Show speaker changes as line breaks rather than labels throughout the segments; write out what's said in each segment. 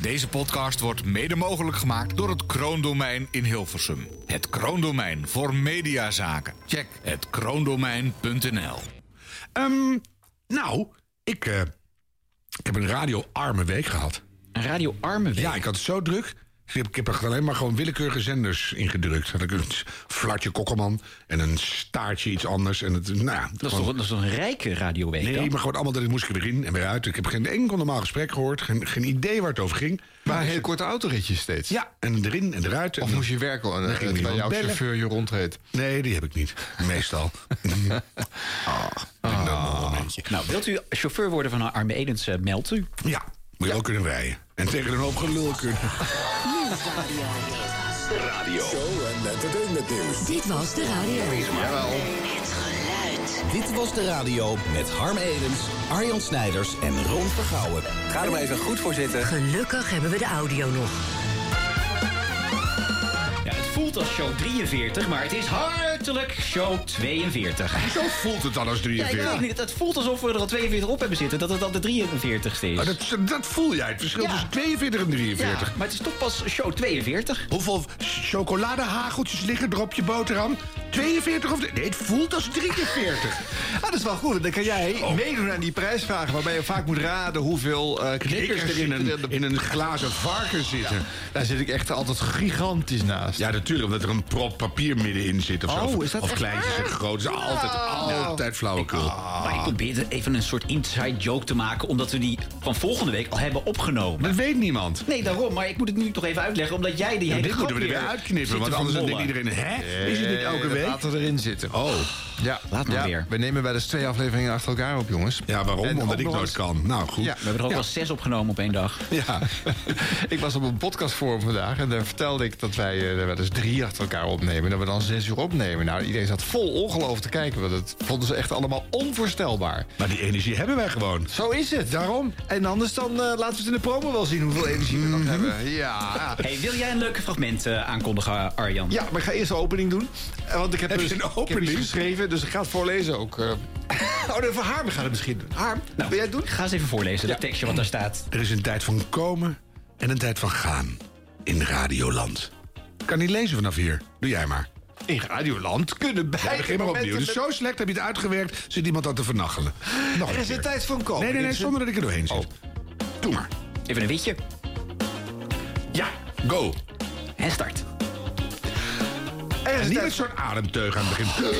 Deze podcast wordt mede mogelijk gemaakt door het Kroondomein in Hilversum. Het Kroondomein voor mediazaken. Check het kroondomein.nl.
Ehm, nou, ik, eh, ik heb een radioarme week gehad.
Een radioarme week.
Ja, ik had het zo druk. Ik heb, ik heb er alleen maar gewoon willekeurige zenders ingedrukt. Had ik een flartje kokkelman en een staartje iets anders. En het, nou ja,
dat, is
gewoon-
toch, dat is toch een rijke radioweek
Nee,
eh, dan?
maar gewoon allemaal dat ik moest ik weer in en weer uit. Ik heb geen enkel normaal gesprek gehoord. Geen, geen idee waar het over ging.
Maar heel korte autoritjes steeds.
Ja, en erin en eruit. En
Of moest je werken al- eh,
ging
terwijl
iemand
jouw
bellen.
chauffeur je rondreed?
Nee, die heb ik niet. Meestal. Ah, een momentje.
Nou, wilt u chauffeur worden van een arme Edens, eh, meld u.
Ja, moet je wel kunnen rijden. En tegen een hoop gelul kunnen.
Show en entertainment nieuws.
Dit was de radio.
Dit was de radio met Harm Edens, Arjan Snijders en Ron Vergouwen. Ga er maar even goed voor zitten.
Gelukkig hebben we de audio nog.
Ja, het voelt als show 43, maar het is hartelijk show 42.
Zo voelt het dan als
Ja, ik
43.
weet niet. Het voelt alsof we er al 42 op hebben zitten. Dat het dan de 43ste is.
Ah, dat, dat voel jij, het verschil
Ja.
tussen 42 en 43.
Ja, maar het is toch pas show 42.
Hoeveel chocoladehageltjes liggen er op je boterham? 42 of... Nee, het voelt als 43.
Ah, dat is wel goed. Dan kan jij meedoen aan die prijsvragen... waarbij je vaak moet raden hoeveel eh knikkers
Knikkers
er
in
in de-
een,
de-
in een glazen varken zitten. Ja.
Daar zit ik echt altijd gigantisch naast.
natuurlijk, omdat er een prop papier middenin zit of zo.
Oh,
Of-
is dat
of
echt
kleintjes en
waar?
groot. is altijd, altijd flauwekul.
Maar ik probeerde even een soort inside joke te maken... omdat we die van volgende week al hebben opgenomen.
Dat weet niemand.
Nee, daarom. Maar ik moet het nu toch even uitleggen... omdat jij die
Ja,
hele
dit
grap
moeten we er weer uitknippen,
zit
want
te
anders denkt
vermollen.
iedereen... Hè? Is het dit elke
Eh,
week?
Laat het erin zitten.
Oh,
Ja,
Laat maar
ja,
weer.
We nemen bij dus twee afleveringen achter elkaar op, jongens.
ja,
En
waarom?
ook
Omdat ik
nog
nooit
eens-
kan. Nou, goed.
Ja.
We hebben er ook wel zes opgenomen op één dag.
Ja, ik was op een podcastforum vandaag en daar vertelde ik dat wij eh, er wel eens drie achter elkaar opnemen. En dat we dan zes uur opnemen. Nou, iedereen zat vol ongeloof te kijken, want dat vonden ze echt allemaal onvoorstelbaar.
Maar die energie hebben wij gewoon.
Zo is het, daarom. En anders dan eh, laten we het in de promo wel zien hoeveel energie we nog hebben.
Eh,
Ja.
Hey, wil jij een leuke fragment eh, aankondigen, Arjan?
ja, maar ik ga eerst de opening doen. Eh, Want ik heb,
Heb je
dus,
een
Ik heb iets
opening?
geschreven, dus ik ga het voorlezen ook. eh. Oh, nee, voor Harm gaat het misschien doen. Harm,
Nou,
wil jij het doen?
Ga eens even voorlezen, dat tekstje wat daar staat.
Er is een tijd van komen en een tijd van gaan. In Radioland. Kan niet lezen vanaf hier. Doe jij maar.
In Radioland kunnen bij.
Ja, begin maar opnieuw. Dus zo slecht heb je het uitgewerkt, zit iemand aan te vernachelen. Nog
Er is een
keer.
tijd van komen.
Nee, nee,
Er
nee,
is een- Oh.
zonder dat ik er doorheen zit. Doe maar.
Even een witje.
Ja, go.
En start.
Er is
En
een
niet
tijd
met zo'n ademteug aan het begin.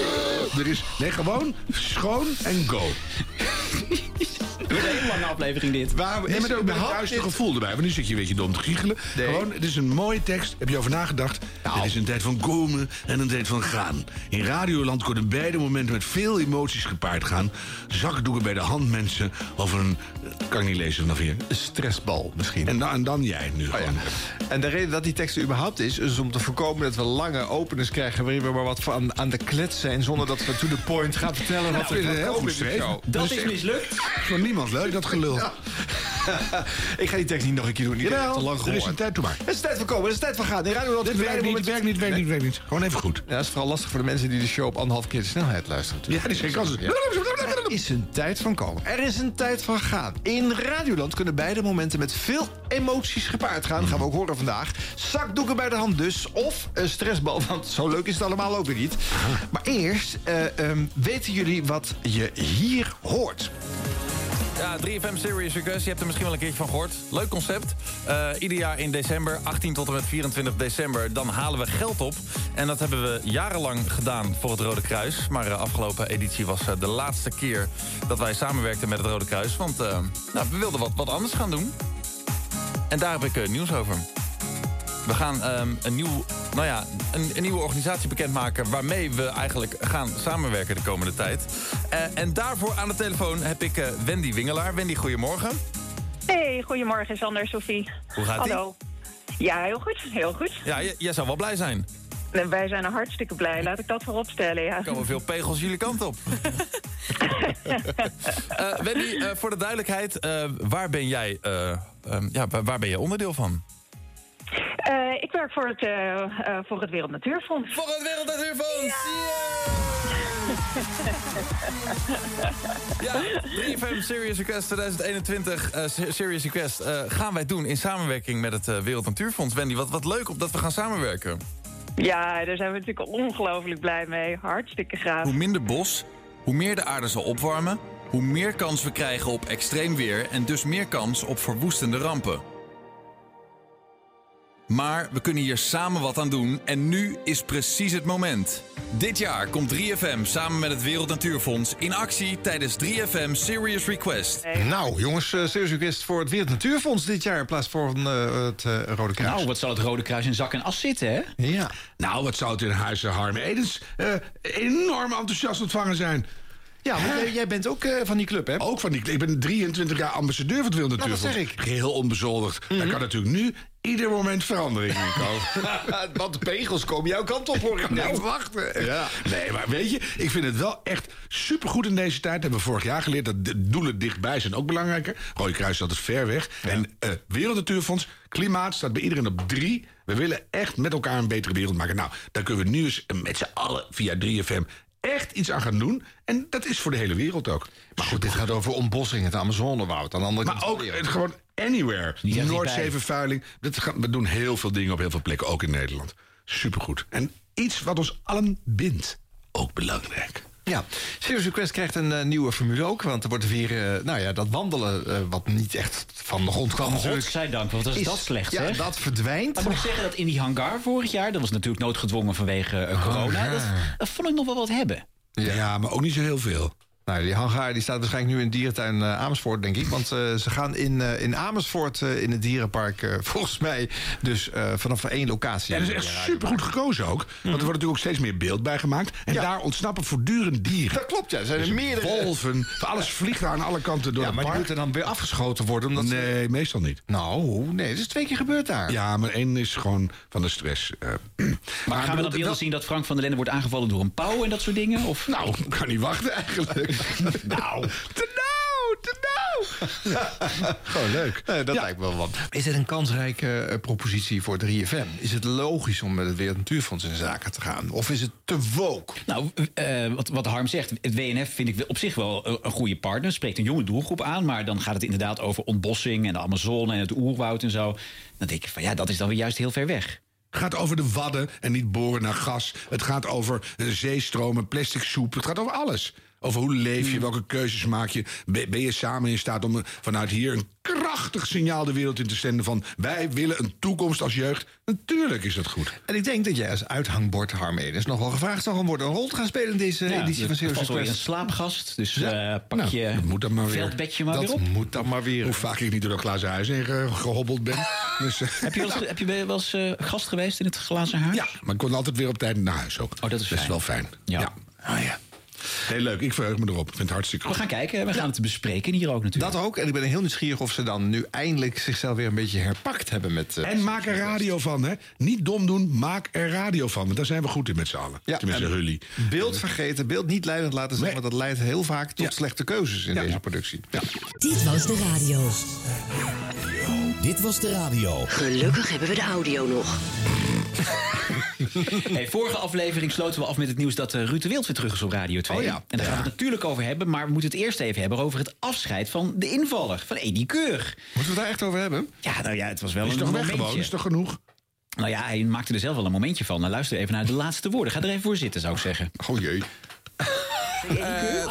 Er is, nee, gewoon schoon en go.
Weer een hele lange aflevering dit.
Waarom
Nee,
is
maar
er
ook met een
überhaupt
duister
dit-
gevoel erbij. Want nu zit je een beetje dom te giechelen.
Nee. Nou.
Gewoon, het is een mooie tekst. Heb je over nagedacht? Het is een tijd van komen en een tijd van gaan. In Radioland kunnen beide momenten met veel emoties gepaard gaan. Zakdoeken bij de hand mensen. Of een... eh, Kan ik niet lezen vanaf hier.
stressbal misschien.
En dan, en dan jij nu
Oh ja.
gewoon.
En de reden dat die tekst er überhaupt is, is om te voorkomen dat we lange openers krijgen waarin we maar wat van aan de klets zijn zonder dat we to the point gaan vertellen wat
Nou, ik
we
vind het heel goed
zo.
geschreven.
Dat
Dus
is
echt
mislukt.
Voor niemand leuk, dat gelul.
Ik ga die tekst niet nog een keer doen. Ik heb het te lang
er is een
gehoord.
tijd, doe maar.
Het is tijd voor komen, het is tijd voor gaan. In Radio
Dit werkt niet, werkt niet, werkt niet, werkt niet. Gewoon even goed.
Ja, dat is vooral lastig voor de mensen die de show op anderhalf keer de snelheid luisteren.
Ja, die is geen kans.
Er is een tijd van komen. Er is een tijd van gaan. In Radioland kunnen beide momenten met veel emoties gepaard gaan. Gaan we ook horen vandaag. Zakdoeken bij de hand dus. Of een stressbal, want zo leuk is het allemaal ook weer niet. Maar eerst eh, ehm, weten jullie wat je hier hoort.
Ja, 3FM Serious Request. Je hebt er misschien wel een keertje van gehoord. Leuk concept. Eh, ieder jaar in december, 18 tot en met 24 december, dan halen we geld op. En dat hebben we jarenlang gedaan voor het Rode Kruis. Maar de afgelopen editie was eh, de laatste keer dat wij samenwerkten met het Rode Kruis. Want eh, nou, we wilden wat, wat anders gaan doen. En daar heb ik eh, nieuws over. We gaan ehm, een, nieuw, nou ja, een, een nieuwe organisatie bekendmaken... waarmee we eigenlijk gaan samenwerken de komende tijd. Eh, en daarvoor aan de telefoon heb ik eh, Wendy Wingelaar. Wendy, goedemorgen.
Hey, goedemorgen Sander, Sophie.
Hoe gaat-ie?
Hallo. Ja, heel goed, heel goed.
Ja, j- jij zou wel blij zijn.
En Wij zijn er hartstikke blij, laat ik dat voorop stellen, ja.
Er komen veel pegels jullie kant op. Eh, Wendy, eh, voor de duidelijkheid, eh, waar, ben jij, eh, ehm, ja, wa- waar ben jij onderdeel van?
Eh, ik werk voor het, eh, eh, voor het Wereld Natuurfonds.
Voor het Wereld Natuurfonds! Ja, 3FM Serious Request 2021 eh, Se- Serious Request eh, gaan wij doen in samenwerking met het eh, Wereld Natuurfonds. Wendy, wat, wat leuk op dat we gaan samenwerken.
Ja, daar zijn we natuurlijk ongelooflijk blij mee. Hartstikke gaaf.
Hoe minder bos, hoe meer de aarde zal opwarmen... hoe meer kans we krijgen op extreem weer... en dus meer kans op verwoestende rampen. Maar we kunnen hier samen wat aan doen en nu is precies het moment. Dit jaar komt 3FM samen met het Wereld Natuurfonds in actie tijdens 3FM Serious Request.
Nou, jongens, eh serious request voor het Wereld Natuurfonds dit jaar... in plaats van eh, het eh, Rode Kruis.
Nou, wat zal het Rode Kruis in zak en as zitten, hè?
Ja.
Nou, wat zou het in huizen Harm Edens eh, enorm enthousiast ontvangen zijn.
Ja, want eh, jij bent ook eh, van die club, hè?
Ook van die, ik ben 23 jaar ambassadeur van het Wilde
Nou, dat
Natuurfonds.
zeg ik. Mhm.
Geheel onbezoldigd. Daar kan natuurlijk nu ieder moment verandering in komen.
Want de pegels komen jouw kant op, hoor ik
Nou, wachten. Nee, maar weet je, ik vind het wel echt supergoed in deze tijd. Hebben we vorig jaar geleerd dat de doelen dichtbij zijn ook belangrijker. Rode Kruis staat het ver weg. En eh Wereld Natuurfonds, klimaat staat bij iedereen op drie. We willen echt met elkaar een betere wereld maken. Nou, daar kunnen we nu eens met z'n allen via 3FM echt iets aan gaan doen. En dat is voor de hele wereld ook.
Maar goed, dit gaat over ontbossing, het Amazonewoud. Aan de andere
Maar
kant
ook het, gewoon anywhere.
zijn er
Noordzeevervuiling. Dat gaan- We doen heel veel dingen op heel veel plekken, ook in Nederland. Supergoed. En iets wat ons allen bindt. Ook belangrijk.
Ja, Serious Request krijgt een eh, nieuwe formule ook. Want er wordt weer, eh, nou ja, dat wandelen eh, wat niet echt van de grond kwam natuurlijk.
Godzijdank, want wat is dat slecht,
Ja,
zeg.
dat verdwijnt.
Maar moet ik zeggen dat in die hangar vorig jaar... dat was natuurlijk noodgedwongen vanwege eh,
Oh,
corona... dat, dat vond ik nog wel wat hebben.
Ja. maar ook niet zo heel veel.
Nou, die hangar die staat waarschijnlijk nu in dierentuin eh, Amersfoort, denk ik. Want eh, ze gaan in, eh, in Amersfoort, eh, in het dierenpark, eh, volgens mij... dus eh, vanaf één locatie. Mhm.
Ja, dat is echt supergoed gekozen ook. Want er wordt natuurlijk ook steeds meer beeld bij gemaakt. En daar ontsnappen voortdurend dieren. Dus
Dat klopt, ja. Er zijn er meerdere...
Wolven. Alles vliegt daar aan alle kanten door
Ja,
het
maar die
park.
moeten dan weer afgeschoten worden. Omdat ze-
Nee, meestal niet.
Nou, nee, dat is twee keer gebeurd daar.
Ja, maar één is gewoon van de stress. eh.
Maar, gaan we
bedoel,
dan beelden
wel-
zien dat Frank van der Linden wordt aangevallen door een pauw en dat soort dingen? Of?
Nou, ik kan niet wachten eigenlijk. nou, te nou, te nou. Gewoon leuk.
Eh, dat lijkt me wel wat. Is het een kansrijke eh, propositie voor 3FM? Is het logisch om met het Wereld Natuurfonds in zaken te gaan? Of is het te woke?
Nou, eh, wat, wat Harm zegt, het WNF vind ik op zich wel een, een goede partner. Spreekt een jonge doelgroep aan, maar dan gaat het inderdaad over ontbossing... en de Amazone en het oerwoud en zo. Dan denk ik van ja, dat is dan weer juist heel ver weg.
Het gaat over de wadden en niet boren naar gas. Het gaat over eh, zeestromen, plastic soep. Het gaat over alles. Over hoe leef
Hmm.
je, welke keuzes maak je. Ben, ben je samen in staat om eh, vanuit hier een krachtig signaal de wereld in te zenden van wij willen een toekomst als jeugd. Natuurlijk is dat goed.
En ik denk dat jij als uithangbord, Harm Edens, nog wel gevraagd zal gaan worden... een rol te gaan spelen in deze
Ja,
editie van
dat
Serious
was wel weer een
Request.
slaapgast, dus eh, pak
nou,
je
dat moet dan maar weer.
veldbedje maar weer
Dat
op.
moet dan maar weer.
Hoe vaak ik niet door dat glazen huis heen ge- gehobbeld ben. Dus, eh,
Heb je wel eens, heb je wel eens eh, gast geweest in het glazen huis?
ja, maar ik kon altijd weer op tijd naar huis ook.
Oh, dat is fijn.
wel fijn.
Ja.
Ah, ja. Heel leuk, ik verheug me erop. Ik vind het hartstikke
We
goed.
gaan kijken, we gaan het bespreken hier ook natuurlijk.
Dat ook. En ik ben heel nieuwsgierig of ze dan nu eindelijk zichzelf weer een beetje herpakt hebben met... eh,
En maak er radio van, hè. Niet dom doen, maak er radio van. Want daar zijn we goed in met z'n allen.
Ja,
Tenminste,
en-
Hully.
Beeld vergeten, beeld niet leidend laten zijn...
Nee.
want dat leidt heel vaak tot
Ja.
slechte keuzes in
Ja.
deze productie.
Dit was de radio.
Dit was de radio.
Gelukkig hebben we de audio nog.
Hey, vorige aflevering sloten we af met het nieuws dat eh, Ruud de Wild weer terug is op Radio 2.
Oh ja.
En daar gaan we het natuurlijk over hebben, maar we moeten het eerst even hebben over het afscheid van de invaller, van Edie Keur.
Moeten we het daar echt over hebben?
Ja, nou ja, het was wel
Is
een
toch weg
momentje.
gewoon? Is toch genoeg?
Nou ja, hij maakte er zelf wel een momentje van. Nou, luister even naar de laatste woorden. Ga er even voor zitten, zou ik zeggen.
Oh jee.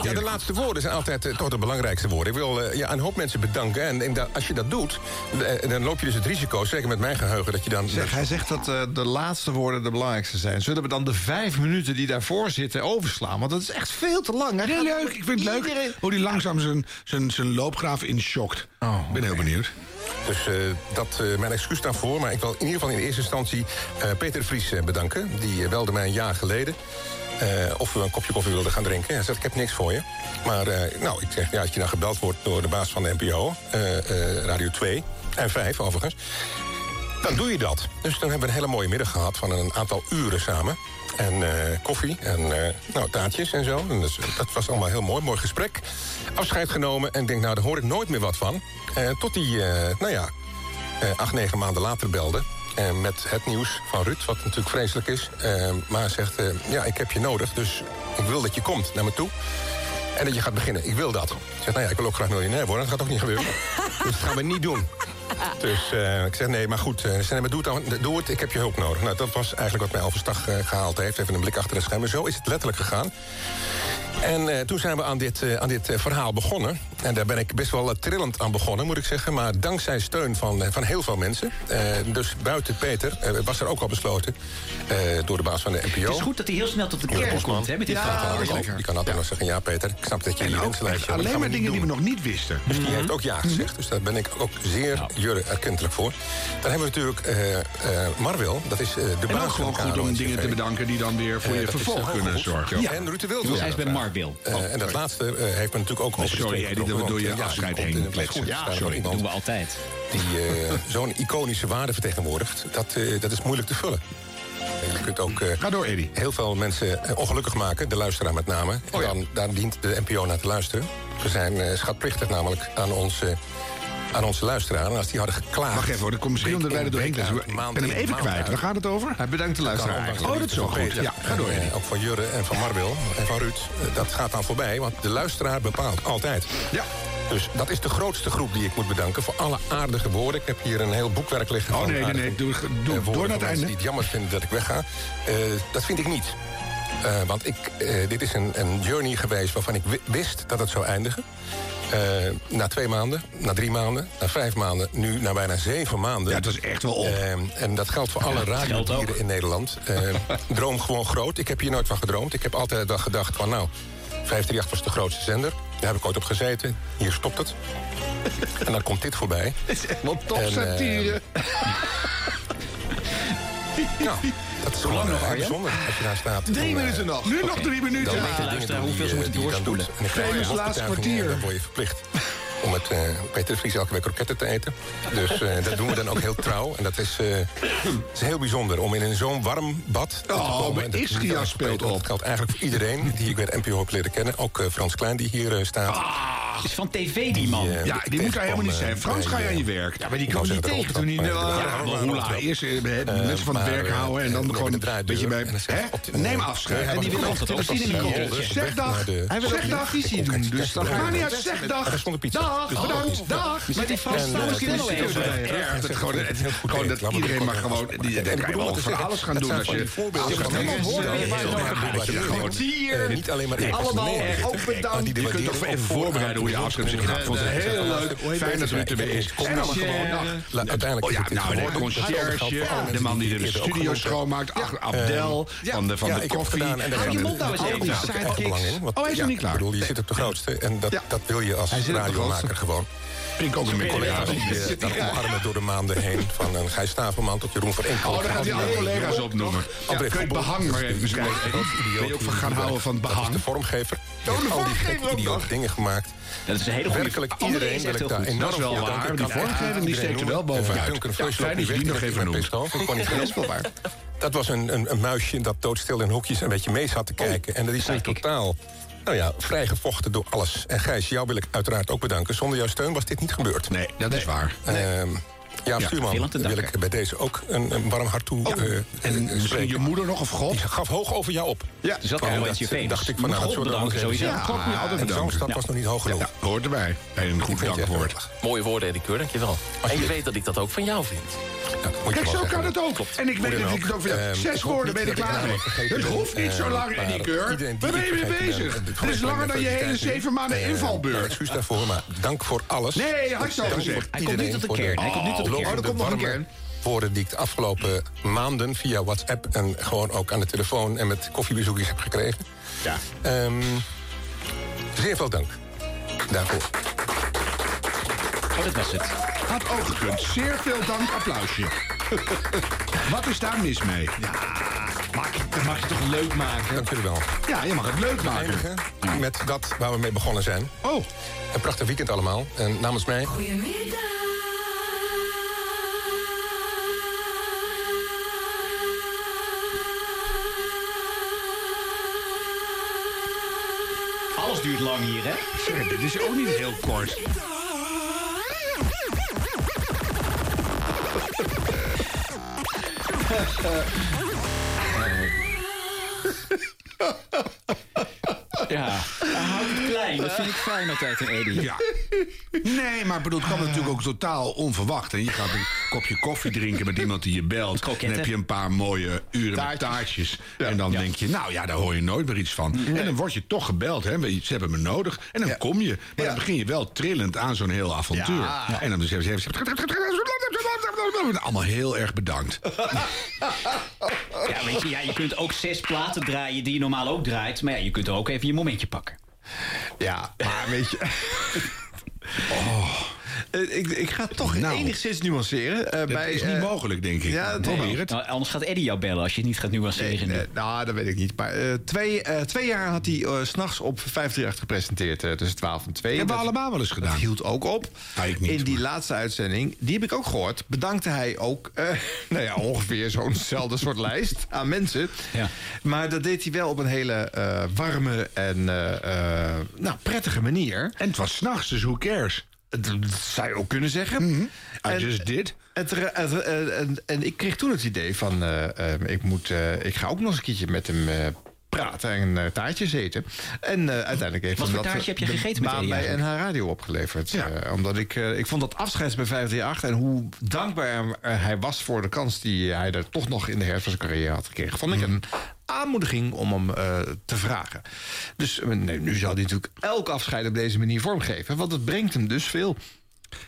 Ja, de laatste woorden zijn altijd eh, toch de belangrijkste woorden. Ik wil eh, ja, een hoop mensen bedanken. En, en da- als je dat doet, eh, dan loop je dus het risico, zeker met mijn geheugen, dat je dan.
Zeg, hij zegt dat eh, de laatste woorden de belangrijkste zijn. Zullen we dan de vijf minuten die daarvoor zitten overslaan? Want dat is echt veel te lang. Hij
Heel
gaat-
leuk, ik vind het
Iedereen-
leuk. Hoe die langzaam zijn, zijn, zijn loopgraaf inschokt.
Oh.
ik ben heel benieuwd.
Dus eh, dat, eh, mijn excuus daarvoor. Maar ik wil in ieder geval in eerste instantie eh, Peter de Vries eh, bedanken. Die eh, belde mij een jaar geleden. eh, of we een kopje koffie wilden gaan drinken. Hij zei, ik heb niks voor je. Maar eh, nou, ik zeg, ja, als je dan gebeld wordt door de baas van de NPO... eh, eh, Radio 2 en 5 overigens... dan doe je dat. Dus dan hebben we een hele mooie middag gehad van een aantal uren samen. En eh, koffie en eh, nou, taartjes en zo. En dus, dat was allemaal heel mooi, mooi gesprek. Afscheid genomen en ik denk, nou, daar hoor ik nooit meer wat van. Eh, tot die, eh, nou ja, eh, acht, negen maanden later belde. eh, met het nieuws van Ruud, wat natuurlijk vreselijk is. Eh, maar zegt, eh, ja, ik heb je nodig, dus ik wil dat je komt naar me toe. En dat je gaat beginnen. Ik wil dat. Ik zeg, nou ja, ik wil ook graag miljonair worden. Dat gaat ook niet gebeuren. dus dat gaan we niet doen. Dus eh, ik zeg, nee, maar goed. eh, ze zei, maar doe, het dan, doe het, ik heb je hulp nodig. Nou, dat was eigenlijk wat mij Alverstag eh, gehaald heeft. Even een blik achter de schermen. Zo is het letterlijk gegaan. En eh, toen zijn we aan dit, eh, aan dit eh, verhaal begonnen. En daar ben ik best wel eh, trillend aan begonnen, moet ik zeggen. Maar dankzij steun van, eh, van heel veel mensen. eh, dus buiten Peter eh, was er ook al besloten eh, door de baas van de NPO.
Het is goed dat hij heel snel tot de
Oer
kern
Bosman.
komt hè, met dit
Ja,
verhaal.
die kan altijd- Die kan altijd nog zeggen, ja Peter, ik snap dat je hier links lijstje hebt,
alleen
dat
maar
gaan we
dingen
niet
die we nog niet wisten.
doen. Dus die heeft ook ja gezegd, dus daar ben ik ook zeer Jurre erkentelijk voor. Dan hebben we natuurlijk eh, eh, Marwil, dat is eh, de
En ook
baas van
gewoon goed om
KRO-NCRV.
dingen te bedanken die dan weer voor
Eh,
je
dat is
vervolg
heel
kunnen
goed.
zorgen.
Ja, en Ruud de Wild was
hij is
daar.
bij Mark Wil.
Eh, en dat laatste eh, heeft me natuurlijk ook over de
Oh, sorry,
streep
Eddie, dat we
getrokken,
door je
want, eh, ja,
afscheid
komt
heen
in het
kletsen.
goed.
Ja,
Daar
sorry.
van
Dat
iemand
doen we altijd.
die eh, zo'n iconische waarde vertegenwoordigt, dat, eh, dat is moeilijk te vullen. En Je kunt ook eh,
Ga door, Eddie. Oh
heel veel mensen eh, ongelukkig maken, de luisteraar met name. En dan, daar dient de NPO naar te luisteren. Ze zijn eh, schatplichtig namelijk aan onze, aan onze luisteraar. En als die hadden geklaagd...
Wacht even hoor, er komt misschien
Week
omdat wij er
in,
doorheen
week
gaan.
uit,
Ik
maand
ben hem
in,
even
maand
kwijt.
uit.
Waar gaat het over?
Hij bedankt de
Kan
luisteraar.
ondanks
Oh, dat is wel
van
goed.
Peter
Ja, ga door,
en, eh,
Eddie.
ook van Jurre en van Marwil en van Ruud. Eh, Dat gaat dan voorbij, want de luisteraar bepaalt altijd.
Ja.
Dus dat is de grootste groep die ik moet bedanken voor alle aardige woorden. Ik heb hier een heel boekwerk liggen.
Oh,
van
nee, nee,
aardige,
nee, doe- doe-
eh,
door naar
woorden van
het
mensen
einde.
Die het jammer vinden dat ik wegga. Eh, dat vind ik niet. Eh, want ik, eh, dit is een, een journey geweest waarvan ik wi- wist dat het zou eindigen. Eh, na twee maanden, na drie maanden, na vijf maanden, nu na bijna zeven maanden.
Ja, het was echt wel op.
Ehm, en dat geldt voor alle radiodieren in Nederland. Ehm, droom gewoon groot. Ik heb hier nooit van gedroomd. Ik heb altijd wel gedacht van nou, 538 was de grootste zender. Daar heb ik ooit op gezeten. Hier stopt het. En dan komt dit voorbij.
Wat top
En, eh,
satire.
Nou, dat is gewoon eh, bijzonder als je daar staat. eh,
Drie minuten nog.
Nu nog drie minuten.
Dan
Ja.
weet je
luisteraar,
dingen
hoeveel ze
die,
moeten
eh, die je dan
doorspoelen.
doet. En dan krijg je
Famous
een
laatste kwartier.
hoofdbetuiging en eh, Dan word je verplicht om met eh Peter de Vries elke week kroketten te eten. Dus eh, dat doen we dan ook heel trouw. En dat is, eh, het is heel bijzonder om in een zo'n warm bad te
Oh,
komen.
maar
En dat is niet
Ischia
alleen voor
speelt
Peter, Dat
op.
geldt eigenlijk voor iedereen die ik bij de NPO heb leren kennen. Ook eh, Frans Klein die hier eh, staat.
Ah.
Het is van tv, die man.
Die, eh,
Ja,
ik
die moet daar
tegenkwam,
helemaal niet
eh,
zijn. Frans,
bij,
ga je aan je
eh,
werk. Ja, maar
ik wou zeggen de roltrap, maar-
Ja, maar
Ja,
hoela.
roltrap.
Eerst eh, hè, de
Eh,
mensen van het
maar,
werk
eh,
houden en
eh,
dan
neem
gewoon
de
een
draaideur
beetje bij...
en dan zeg
hè?
je, op de-
Neem
eh,
afscheid.
ja,
En
maar
die
dat
wil
komt
altijd
ook
televisie
als,
in de
eh,
kop.
eh,
Zegdag.
naar de-
Hij wil
Zeg
ook
dag.
graag visie
Ik kom
doen.
kijken,
Dus
kijk,
dat
ik
gaat
ben
niet
er.
uit. Zeg
Er
dag.
stond een pizza.
Dag.
Dus dat
Bedankt.
is-
Dag.
Misschien die Frans
En, eh,
staan misschien
het
wel
is-
even.
het is-
bij.
Erg, dat
Ja,
gewoon,
dat
het,
is heel goed
gewoon
idee.
dat
Laat me
iedereen
dat
mag
ook
gewoon...
maar-
Die,
maar-
dat
ik
kan je
bedoel,
wel
dat
van
is-
alles gaan
dat
doen
zijn
als
van
je...
die voorbeelden.
Alles
Ja,
gaat
maar
helemaal
mensen
horen.
die
Ja,
dat heel erg
ja,
goed
dat je
waarderen.
gewoon-
Eh, niet alleen maar
Nee,
even
allemaal
nee,
echt
maar die
bedankt. Je kunt
waardering
toch
ook
even
vooraan
voorbereiden hoe je
toe
afscheid zich
doen.
gaat. Ik vond het
Eh,
heel
eh,
leuk.
eh,
Fijn dat
eh,
Ruud er weer
eh,
is.
kom
En
nou
dan
maar
gewoon...
gewoon.
nou,
La- Uiteindelijk
Oh
is
ja,
het dit
nou, de
geworden.
conciërge,
Ja,
de man die de
is ook
studio
genoeg.
schoonmaakt, Ach, Abdel, van de, van
Ja,
de
ik heb
koffie.
gedaan en daar
van
gaan
je
de-
mond nou eens
al die
even.
zaken
Sidekicks.
echt belang in, want
Oh, hij is nog
ja,
niet klaar.
Ik bedoel, je zit op de grootste en dat,
Ja.
dat wil je als
Hij zit op de
radiomaker gewoon.
Vind ik ook een beetje
Collega's die
leuk.
eh, dat omarmen door de maanden heen. Van een Gijs Staverman tot Jeroen van Enkel.
Oh, daar gaat hij alle collega's opnoemen. Ja,
André
kun je het
Voetbal.
behang maar even schrijven? Ben je ook van gaan houden van het
Dat is
behang?
de vormgever. Oh, Die heeft al die
vormgever
gekke
ook nog.
idiote dingen gemaakt.
Dat is een hele goede...
Werkelijk
André is
iedereen
echt
wil
heel
ik daar
goed.
enorm
Dat is wel
voor
waar.
danken.
Die
Ik kan
vormgever, die
iedereen
steekt er
noemen.
wel bovenuit.
Eh, Duncan
Ja,
Fleurslop,
fijn dat je
die
die nog
werkt
even
in mijn
noemt.
pistool. Ik kon niet Dat was een, een, een muisje dat doodstil in hoekjes een beetje mee zat te kijken. en dat is dus totaal nou ja, vrijgevochten door alles. En Gijs, jou wil ik uiteraard ook bedanken. Zonder jouw steun was dit niet gebeurd.
Nee, dat is waar.
Ehm, ja, Stuurman,
veel aan te
wil
danken.
ik bij deze ook een, een warm hart toe eh,
En
eh,
misschien je
spreken.
moeder nog, of God?
Die gaf hoog over jou op.
Ja.
Dus dat
En
kan wel
dat,
eens je
eh,
famous.
dacht ik
Moet
van, nou, dat
God
zullen we
bedanken
dan
sowieso.
zeggen.
God moet je altijd
En zo'n
bedanken.
stap
Ja.
was nog niet hoog genoeg.
Ja, hoort erbij. Bij een goed
vind het echt
dankwoord.
Mooie woorden, Eddie Keur, dankjewel. En je weet dat ik dat ook van jou vind.
Ja, dat moet je
Kijk,
wel
zo
zeggen.
kan het ook. En ik weet
Hoe dan
dat ik het ook weer-
Ehm,
Zes
ik hoop
woorden
niet
ben ik
dat
klaar
namen
mee.
vergeten
Het
ben.
hoeft niet zo
Ehm,
lang,
maar
Eddie Keur.
iedereen die
Waar ben
ik
je mee
vergeten ben,
bezig?
eh,
Het
gewoon
is
even
langer dan je
mijn
hele
felicitaties.
zeven maanden
Ehm,
invalbeurt.
Excuus daarvoor, maar dank voor alles.
Nee, had je al
Dank
gezegd.
voor
Hij komt nu
iedereen
tot de
voor de
kern. Hij komt nu tot de
lovende,
kern.
er komt nog een
warme
kern.
Woorden die ik de afgelopen maanden via WhatsApp en gewoon ook aan de telefoon en met koffiebezoekjes heb gekregen.
Ja.
Ehm, zeer veel dank daarvoor.
Oh, dat was het.
Had ook gekund. Zeer veel dank, applausje. Wat is daar mis mee?
Dat mag je toch leuk maken?
Dank jullie wel.
Ja, je mag het leuk maken.
Eindigen met dat waar we mee begonnen zijn.
Oh,
Een prachtig weekend allemaal. En namens mij.
Alles duurt lang hier, hè?
zeg, dit is ook niet heel kort.
Ja, houd het klein. Dat vind ik fijn altijd in Eddy.
Ja. Nee, maar ik bedoel, het kan natuurlijk ook totaal onverwacht. En je gaat een kopje koffie drinken met iemand die je belt. Dan heb je een paar mooie uren met taartjes. En dan denk je, nou ja, daar hoor je nooit meer iets van. En dan word je toch gebeld, hè. Ze hebben me nodig. En dan kom je. Maar dan begin je wel trillend aan zo'n heel avontuur. En dan zeggen ze... Allemaal heel erg bedankt.
Ja, weet je, ja, je kunt ook zes platen draaien die je normaal ook draait. Maar ja, je kunt ook even je momentje pakken.
Ja, maar weet je...
Oh.
Eh, Ik, ik ga het toch
Nou.
enigszins nuanceren. eh, bij,
is niet
eh,
mogelijk, denk ik.
Ja,
Nee.
probeer het.
Nou, anders gaat Eddy jou bellen als je het niet gaat nuanceren.
Nee, nou, dat weet ik niet. Maar eh, twee, eh, twee jaar had hij eh, 's s'nachts op 538 gepresenteerd. eh, tussen 12 en 2.
Hebben we
Dat-
allemaal wel eens gedaan.
Dat hield ook op. In die laatste uitzending, die heb ik ook gehoord... bedankte hij ook, eh, nou ja, ongeveer zo'nzelfde soort lijst aan mensen. Maar dat deed hij wel op een hele eh, warme en eh, eh, nou, prettige manier.
En het was s'nachts, dus who cares?
Dat zou je ook kunnen zeggen. I
Mhm. just did.
Het, ra- het, eh, en, en ik kreeg toen het idee van... eh, eh, ik, moet, eh, ik ga ook nog eens een keertje met hem... eh, praten en eh, taartjes eten. En eh, uiteindelijk heeft
Wat
hem
voor
dat,
taartje heb je
de
gegeten met
baan
Eddie
bij
eigenlijk?
NH Radio opgeleverd. Eh, omdat ik, eh, ik vond dat afscheids bij 538... en hoe dankbaar hem, eh, hij was voor de kans die hij er toch nog... in de herfst van zijn carrière had gekregen. Vond
Mhm.
ik een aanmoediging om hem eh, te vragen. Dus eh, nee, nu zal hij natuurlijk elk afscheid op deze manier vormgeven. Want het brengt hem dus veel.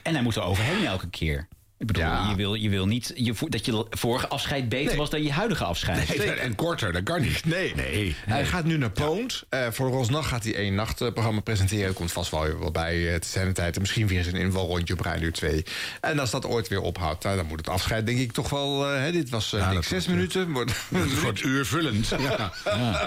En hij moet er overheen elke keer. Ik bedoel, je, wil, je wil niet je, vo- dat je vorige afscheid beter was dan je huidige afscheid.
Nee, en korter, dat kan niet.
Nee.
nee.
Hij gaat nu naar Poont. Eh, voor Rosnacht gaat hij één nacht eh, programma presenteren. Er komt vast wel weer wat bij eh, te zijn de tijd. En Misschien weer eens een invalrondje op Radio 2. En als dat ooit weer ophoudt, nou, dan moet het afscheid denk ik toch wel... eh, hè, dit was eh, niks, zes minuten. Wordt,
Het wordt uurvullend. Ja.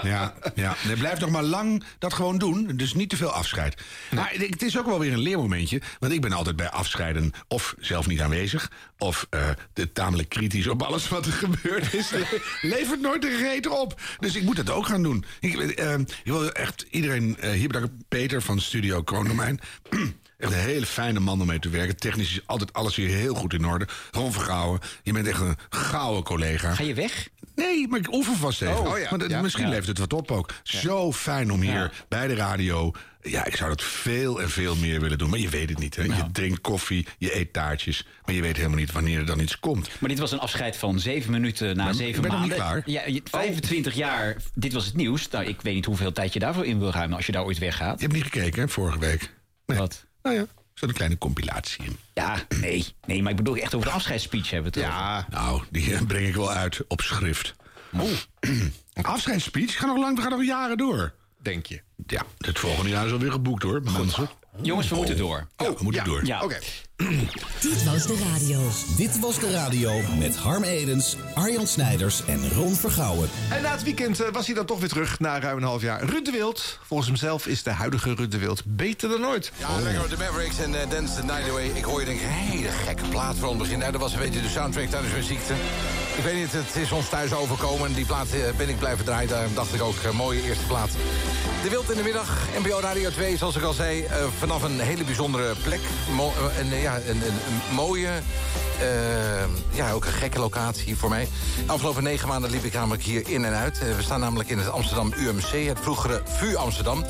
Ja. Ja. Nee, blijf nog maar lang dat gewoon doen. Dus niet te veel afscheid. Maar ik- het is ook wel weer een leermomentje. Want ik ben altijd bij afscheiden of zelf niet aanwezig. Of eh, de, tamelijk kritisch op alles wat er gebeurd is. Le- Levert nooit een reet op. Dus ik moet dat ook gaan doen. Ik, eh, ik wil echt iedereen eh, hier bedanken. Peter van Studio Kroondomein. Echt een hele fijne man om mee te werken. Technisch is altijd alles hier heel goed in orde. Ron Vergouwen, je bent echt een gouden collega. Ga
je weg?
Nee, maar ik oefen vast even.
Oh, oh ja,
Want het-
ja.
misschien
Ja.
levert het wat op ook. Zo fijn om hier bij de radio... Ja, ik zou dat veel en veel meer willen doen. Maar je weet het niet. Hè?
Nou.
Je drinkt koffie, je eet taartjes. Maar je weet helemaal niet wanneer er dan iets komt.
Maar dit was een afscheid van zeven minuten na
Maar ik
zeven
ben nog
maanden.
niet klaar. Oh.
Ja, je- 25 jaar, dit was het nieuws. Nou, ik weet niet hoeveel tijd je daarvoor in wil ruimen als je daar ooit weggaat.
Je hebt niet gekeken, hè, vorige week.
Wat?
Nou ja, zo'n kleine compilatie in.
Ja, nee. Nee, maar ik bedoel echt over de afscheidsspeech hebben we het
Ja.
Nou, die eh, breng ik wel uit op schrift. Afscheidsspeech? Gaat nog lang, gaat nog jaren door.
Denk je.
Ja, het volgende jaar is alweer geboekt hoor. Mensen. Oh.
Jongens, we moeten door.
Ja, we moeten door.
Ja.
Dit was de radio. Dit was de radio met Harm Edens, Arjan Snijders en Ron Vergouwen.
En na het weekend eh, was hij dan toch weer terug na ruim een half jaar. Ruud de Wild. Volgens hemzelf is de huidige Ruud de Wild beter dan ooit.
Ja, lekker op de Mavericks en eh, Dance the Night Away. Ik hoor je denk ik, een hele gekke plaat van het begin. Nou, dat was een beetje de soundtrack tijdens mijn ziekte. Ik weet niet, het is ons thuis overkomen. Die plaat eh, ben ik blijven draaien. Daarom dacht ik ook, eh, mooie eerste plaat. De Wild in de Middag, NPO Radio 2, zoals ik al zei. eh, vanaf een hele bijzondere plek. Mo- eh, een, ja, een, een, een mooie, eh, ja, ook een gekke locatie voor mij. De afgelopen negen maanden liep ik namelijk hier in en uit. Eh, we staan namelijk in het Amsterdam UMC, het vroegere VU Amsterdam.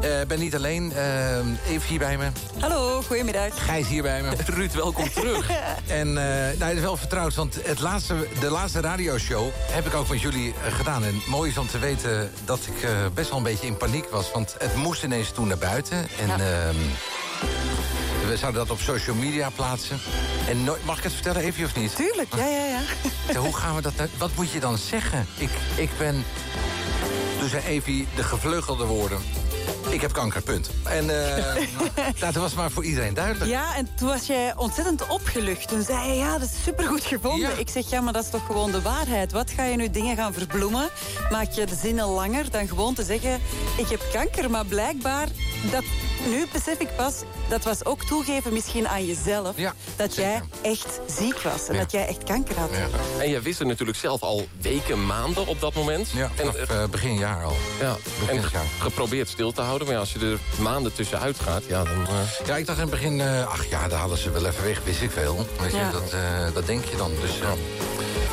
Eh ben niet alleen, eh Eve hier bij me.
Hallo, goedemiddag.
Gijs hier bij me. Ruud, welkom terug. en eh nou, het is wel vertrouwd, want het laatste, de laatste radioshow heb ik ook met jullie eh, gedaan. En mooi is om te weten dat ik eh, best wel een beetje in paniek was. Want het moest ineens toen naar buiten. En ehm, we zouden dat op social media plaatsen. En nooit, mag ik het vertellen, even of niet?
Tuurlijk, ja, ja, ja.
Ja, hoe gaan we dat nou... Wat moet je dan zeggen? Ik, ik ben... Toen zei Evie de gevleugelde woorden. Ik heb kanker, punt. En eh, nou, dat was maar voor iedereen duidelijk.
Ja, en toen was jij ontzettend opgelucht. Toen zei je, ja, dat is supergoed gevonden. Ik zeg, ja, maar dat is toch gewoon de waarheid. Wat ga je nu dingen gaan verbloemen? Maak je de zinnen langer dan gewoon te zeggen... ik heb kanker, maar blijkbaar... Dat, nu besef ik pas, dat was ook toegeven misschien aan jezelf... dat jij echt ziek was en dat jij echt kanker had.
En jij wist het natuurlijk zelf al weken, maanden op dat moment. Ja, en, eh,
begin jaar al.
Ja, en geprobeerd stil te houden. Maar ja, als je er maanden tussenuit gaat, ja, dan... eh,
Ja, ik dacht in het begin, eh, ach ja, daar hadden ze wel even weg, wist ik veel. Weet je,
Ja.
dat, eh, dat denk je dan. Dus, eh,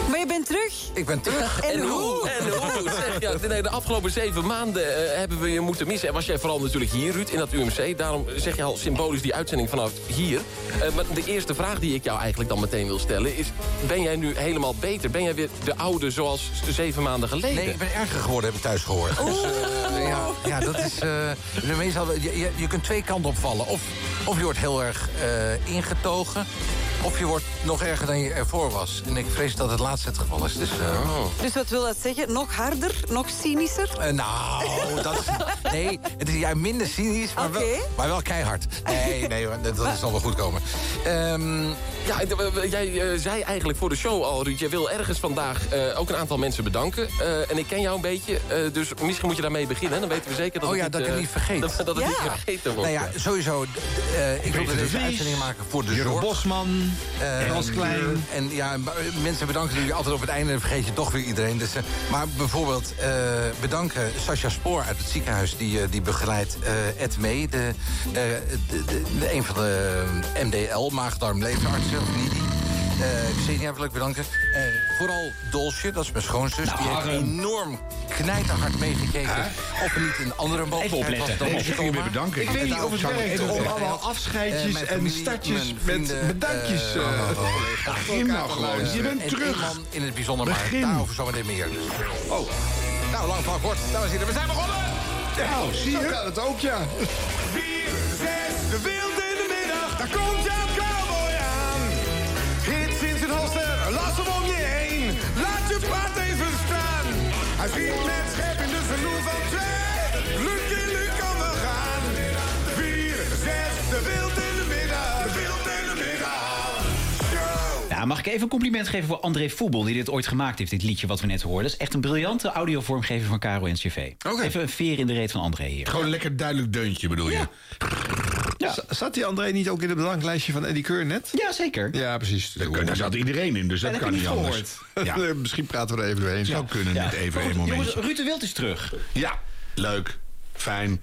Maar je bent bent terug.
Ik ben terug.
En hoe? En hoe? Zeg, ja, nee, de afgelopen zeven maanden eh, hebben we je moeten missen. En was jij vooral natuurlijk hier, Ruud, in dat UMC. Daarom eh, zeg je al symbolisch die uitzending vanaf hier. Eh, maar de eerste vraag die ik jou eigenlijk dan meteen wil stellen is... ben jij nu helemaal beter? Ben jij weer de oude zoals zeven maanden geleden? Oh,
Nee, ik ben erger geworden, heb ik thuis gehoord. Dus, eh, ja, ja, dat is... eh, de meestal, je, je- je kunt twee kanten opvallen. Of, of je wordt heel erg eh, ingetogen... of je wordt nog erger dan je ervoor was. En ik vrees dat het laatste het geval is. Dus, eh,
Dus wat wil dat zeggen? Nog harder? Nog cynischer?
Eh, nou, dat is, nee, het is ja, minder cynisch, maar, wel, maar wel keihard. Nee, nee, hoor, dat, dat is zal wel goed komen. Ehm,
Ja, d- w- w- jij eh, zei eigenlijk voor de show al, Ruud... jij wil ergens vandaag eh, ook een aantal mensen bedanken. Eh, en ik ken jou een beetje, eh, dus misschien moet je daarmee beginnen. Dan weten we zeker dat
oh
het
ja,
niet,
dat ik
eh,
het niet vergeet.
Dat, dat het niet vergeten wordt.
Nou ja, sowieso. d- eh, ik wilde
de
deze
Vries,
uitzending maken voor de
Jurgen
zorg.
Bosman,
Eh,
Frans Klein.
En ja, maar, eh, mensen bedanken jullie altijd op het einde. Dan vergeet je toch weer iedereen. Dus, eh, maar bijvoorbeeld eh, bedanken Sascha Spoor uit het ziekenhuis. Die, eh, die begeleidt eh, Ed Mee. De, eh, de- de- de- een van de eh, MDL, maagdarmleverartsen. Of niet die. Eh, Xenia wil ik bedanken. Eh, vooral Dolce, dat is mijn schoonzus.
Nou,
die heeft enorm knijterhard meegekeken. Of er niet een andere mogelijkheid was
opletten.
dan
Nee,
ons
ik ging
coma.
weer bedanken.
Ik weet niet of het
Zou ik
werkt
het
om
doen?
allemaal
Eh,
afscheidjes
mijn
en
familie,
startjes
mijn
met
vrienden,
bedankjes.
eh,
eh.
allemaal collega's.
Begin nou gewoon, je bent
en
terug.
één eh, man in het bijzonder, maar
Begin.
daarover zometeen meer. Dus. Oh, nou, lang van kort. Dames en heren, we zijn begonnen!
Nou, zie je? kan het ook, ja.
De wild in de middag, daar komt jouw cowboy aan. Hits in zijn holster, las hem om je heen. Laat je paard even staan. Hij schiet met schep in de vernoer van twee. Luc en Luc kan we gaan. Vier, zes, de wild in de middag. De wild in de middag.
Nou, mag ik even een compliment geven voor André Voetbal... die dit ooit gemaakt heeft, dit liedje wat we net hoorden. Dat is echt een briljante audiovormgeving van Caro NCV. Even een veer in de reet van André hier.
Gewoon lekker duidelijk deuntje bedoel je?
Z- Zat die André niet ook in het bedanklijstje van Eddie Keur net?
Ja, zeker.
Ja, precies.
Daar zat iedereen in, dus dat
Ja,
kan
heb
niet
ik
anders.
gehoord.
Ja.
Misschien praten we er even doorheen.
Zou kunnen net even een
Jongens,
momentje.
Ruud de Wild is terug.
Ja, leuk, fijn.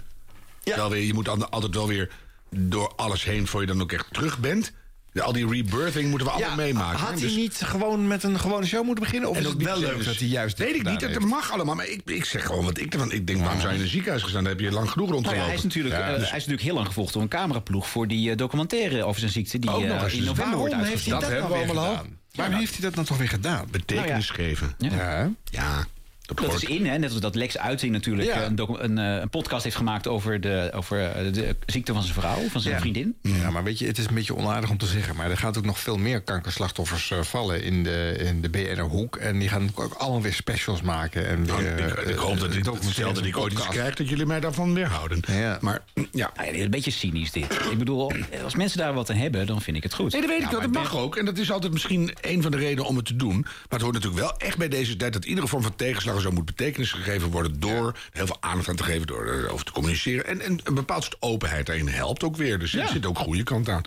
Wel weer, je moet al- altijd wel weer door alles heen... voor je dan ook echt terug bent. De- Al die rebirthing moeten we allemaal meemaken.
Had hij
Dus-
niet gewoon met een gewone show moeten beginnen? Of
en
is
ook
het wel
niet
leuk
eens-
dat hij juist dit
Weet ik
gedaan
niet, dat
heeft?
mag allemaal. Maar ik, ik zeg gewoon wat ik ervan... Ik denk, waarom zou je in een ziekenhuis gestaan? Daar heb je lang genoeg
Nou
rondgelopen.
ja, hij, is natuurlijk, eh,
Ja, dus-
hij is natuurlijk heel lang gevolgd door een cameraploeg... voor die eh, documentaire over zijn ziekte die
Ook nog
eh,
eens,
in
dus
november wordt
Waarom heeft hij
uitgezonden.
dat, nou weer gedaan? Waarom heeft hij dat nou toch weer gedaan?
betekenis geven. Ja.
Ja.
dat,
Dat
hoort.
is in, hè? net als dat Lex Uiting natuurlijk
Ja.
eh, een, docu- een, eh, een podcast heeft gemaakt... over, de, over eh, de ziekte van zijn vrouw, van zijn
Ja.
vriendin.
Ja, maar weet je, het is een beetje onaardig om te zeggen... maar er gaat ook nog veel meer kankerslachtoffers eh, vallen in de, in de BNR-hoek. En die gaan natuurlijk ook allemaal weer specials maken. En
Nou,
weer,
ik,
eh,
ik hoop dat
eh,
ik, stel
documentaires
dat
en
ik ooit iets
podcasts.
krijg... dat jullie mij daarvan weerhouden.
Ja.
Maar ja,
Nou ja, een beetje cynisch dit. Ik bedoel, als mensen daar wat aan hebben, dan vind ik het goed.
Nee, dat weet ik wel. Dat mag ook. En dat is altijd misschien een van de redenen om het te doen. Maar het hoort natuurlijk wel echt bij deze tijd... dat iedere vorm van tegenslag en zo moet betekenis gegeven worden... door er heel veel aandacht aan te geven, door erover te communiceren. En, en een bepaald soort openheid daarin helpt ook weer. Dus er zit ook goede kant aan.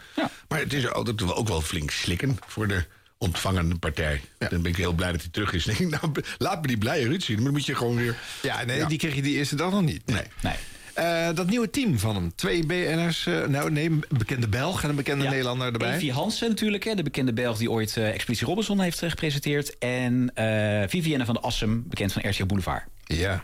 Maar het is altijd wel- ook wel flink slikken voor de ontvangende partij. Dan ben ik heel blij dat hij terug is. Dan denk ik, nou, laat me die blije Ruud zien. Maar dan moet je gewoon weer...
Ja, nee,
Ja.
die kreeg je die eerste dag nog niet. Nee. Eh, dat nieuwe team van hem. Twee BN'ers, eh, nou nee, een bekende Belg en een bekende Nederlander erbij.
Evie Hansen natuurlijk, hè, de bekende Belg die ooit eh, Expeditie Robinson heeft eh, gepresenteerd. En eh, Vivienne van de Assem, bekend van RTL Boulevard.
Ja.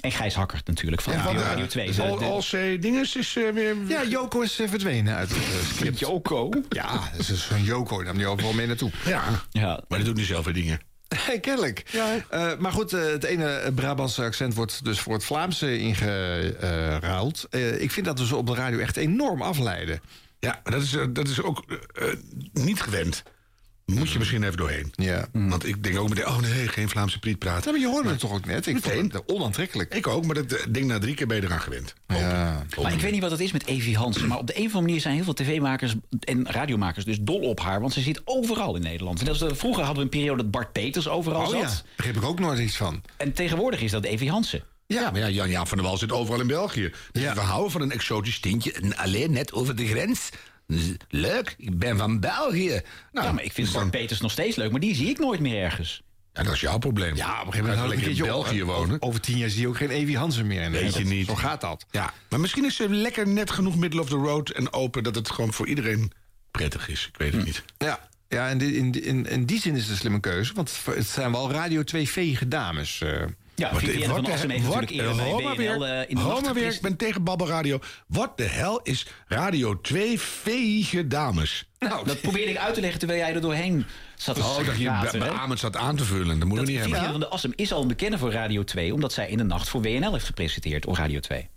En Gijs Hakkert natuurlijk, van
Ja,
Radio
want, eh,
Radio 2.
Al- als eh, dinges is eh, weer...
Ja, Joko is eh, verdwenen uit het eh, script.
Joko?
Ja, dat is zo'n Joko, daar nam die overal mee naartoe.
Ja.
ja.
Maar dat doet hij zelf weer dingen.
Kennelijk. Eh, maar goed, eh, het ene Brabantse accent wordt dus voor het Vlaamse ingeruild. Eh, ik vind dat we ze op de radio echt enorm afleiden.
Ja, maar dat is, eh, dat is ook eh, eh, niet gewend. Moet je misschien even doorheen. Mm.
Ja.
Want ik denk ook meteen, oh nee, geen Vlaamse priet praten.
maar je hoorde het toch ook net? Ik vond het eh, onaantrekkelijk.
Ik ook, maar dat eh, ding na drie keer ben je eraan gewend.
Ja.
Maar ik weet niet wat dat is met Evie Hansen. Maar op de een of andere manier zijn heel veel tv-makers en radiomakers dus dol op haar. Want ze zit overal in Nederland. En dat is, eh, vroeger hadden we een periode dat Bart Peters overal
Oh
zat.
ja, begreep ik ook nooit iets van.
En tegenwoordig is dat Evie Hansen.
Ja, maar ja, Jan-Jaap van der Wal zit overal in België. Dus we houden van een exotisch tintje en alleen net over de grens. Z- Leuk, ik ben van België. Nou,
ja, maar ik vind Bart Peters nog steeds leuk, maar die zie ik nooit meer ergens.
ja, dat is jouw probleem.
Ja, op een gegeven moment
Ga
houdt
lekker
het
in
een beetje op,
België
hè.
wonen.
Over tien jaar zie je ook geen Evi Hansen meer. In
Weet
Nederland.
je niet.
Zo gaat dat.
Ja, maar misschien is ze
Hm.
lekker net genoeg middle of the road en open... dat het gewoon voor iedereen prettig is. Ik weet het niet.
Ja. Ja, in die, in, die- in, in die zin is het een slimme keuze. Want het zijn wel Radio 2 veege dames. eh.
Ja,
Wat-
Vivienne van
wat-
Assen heeft
wat-
natuurlijk
oh,
eerder bij
Roma
BNL
weer.
eh, in de
Hou
nacht
maar weer,
geprist.
ik ben tegen Babbel Radio. Wat de hel is Radio 2 veege dames?
Nou, dat probeerde ik uit te leggen terwijl jij er doorheen zat te
oh, dat je
praten, hè?
beamend zat aan te vullen. Dat moeten we niet
Vivienne van
hebben.
der Assem is al een bekende voor Radio 2... omdat zij in de nacht voor WNL heeft gepresenteerd op Radio 2.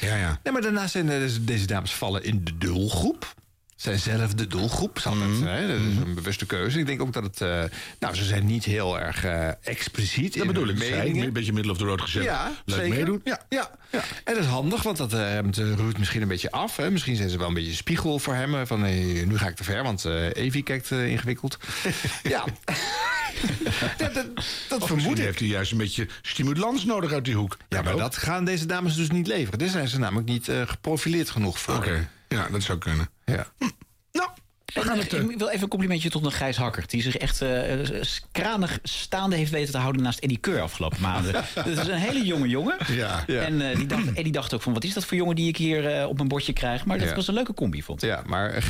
Ja, ja.
Nee, maar daarnaast zijn eh, dus deze dames vallen in de doelgroep. Zijn zelf de doelgroep. Zal
Mhm.
het, hè, Dat is een bewuste keuze. Ik denk ook dat het. eh, nou, ze zijn niet heel erg eh, expliciet.
Dat
in
bedoel
hun
ik. Zij,
meningen.
een beetje middel of the road gezet.
Ja,
Leuk
zeker.
meedoen.
Ja, ja. En dat is handig, want dat eh, remt- roert misschien een beetje af. Hè. Misschien zijn ze wel een beetje spiegel voor hem. eh, Van hey, nu ga ik te ver, want eh Evi kijkt eh, ingewikkeld. ja. Ja, dat dat vermoed ik.
Oh, heeft hij juist een beetje stimulans nodig uit die hoek.
Ja, maar dat gaan deze dames dus niet leveren. Daar zijn ze namelijk niet eh, geprofileerd genoeg voor. Oké,
ja, dat zou kunnen.
Ja.
En, eh, ik wil even een complimentje tot een Gijs Hakkert... die zich echt eh, eh, s- kranig staande heeft weten te houden... naast Eddie Keur afgelopen maanden. dat is een hele jonge jongen.
Ja. Ja.
En eh, die dacht, Eddie dacht ook van... wat is dat voor jongen die ik hier eh, op mijn bordje krijg? Maar dat
Ja.
was een leuke combi, vond ik.
Ja, maar eh,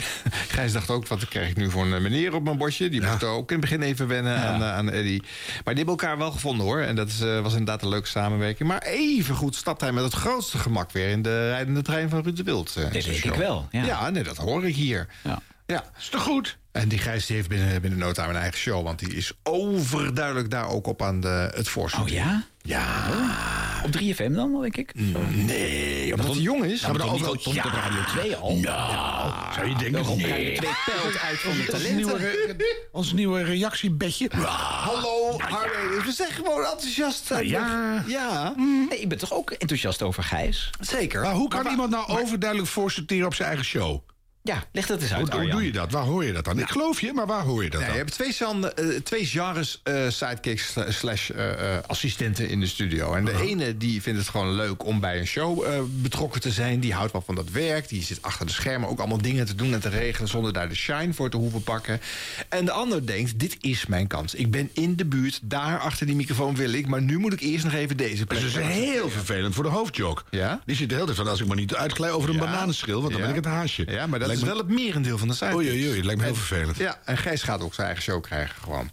Gijs dacht ook, wat krijg ik nu voor een eh, meneer op mijn bordje? Die moest ook in het begin even wennen aan, eh, aan Eddie. Maar die hebben elkaar wel gevonden hoor. En dat is, eh, was inderdaad een leuke samenwerking. Maar even goed stapt hij met het grootste gemak weer in de rijdende trein van Ruud de Wild. eh, in
denk
zijn
ik
show.
wel, ja.
nee, dat hoor ik hier.
Ja.
Ja. Is toch goed? En die Gijs die heeft binnen, binnen no time een eigen show. Want die is overduidelijk daar ook op aan de, het voorstel.
Oh ja? Oh.
Ja. Mm,
Op 3FM dan, denk ik?
Nee, omdat hij jong is.
Ja, maar
Omdat
Nico
hij
komt op
Ja.
Radio 2 al.
Nou, zou je denken...
Daarom ga je
Nee.
twee pijlt uit van de
Ons
talenten. Ah,
nieuwe, re- ons nieuwe reactiebedje.
Hallo, Arne. We zijn gewoon enthousiast.
Nou ja. Mm-hmm.
ja.
Nee, ik ben toch ook enthousiast over Gijs?
Zeker.
Maar hoe kan
Maar wa-
iemand nou overduidelijk voorsorteren op zijn eigen show?
Ja, leg dat eens uit,
Hoe, hoe
Arjan.
doe je dat? Waar hoor je dat dan? Ik geloof je, maar waar hoor je dat
Nee,
dan?
je hebt twee, zand- eh, twee genres eh, sidekicks sla- slash eh, eh, assistenten in de studio. En de ene die vindt het gewoon leuk om bij een show eh, betrokken te zijn. Die houdt wel van dat werk. Die zit achter de schermen ook allemaal dingen te doen en te regelen... zonder daar de shine voor te hoeven pakken. En de ander denkt, dit is mijn kans. Ik ben in de buurt, daar achter die microfoon wil ik... maar nu moet ik eerst nog even deze
Dus
plek
dat is
pakken.
heel vervelend voor de hoofdjok.
Ja?
Die zit de hele tijd van, als ik maar niet uitglij over een bananenschil... want dan
Ja.
ben ik het haasje.
Ja, maar dat
Lijkt
is
me-
wel het merendeel van de site.
Oei, oei, oei, dat lijkt me heel vervelend. Hm.
Ja, en Gijs gaat ook zijn eigen show krijgen gewoon.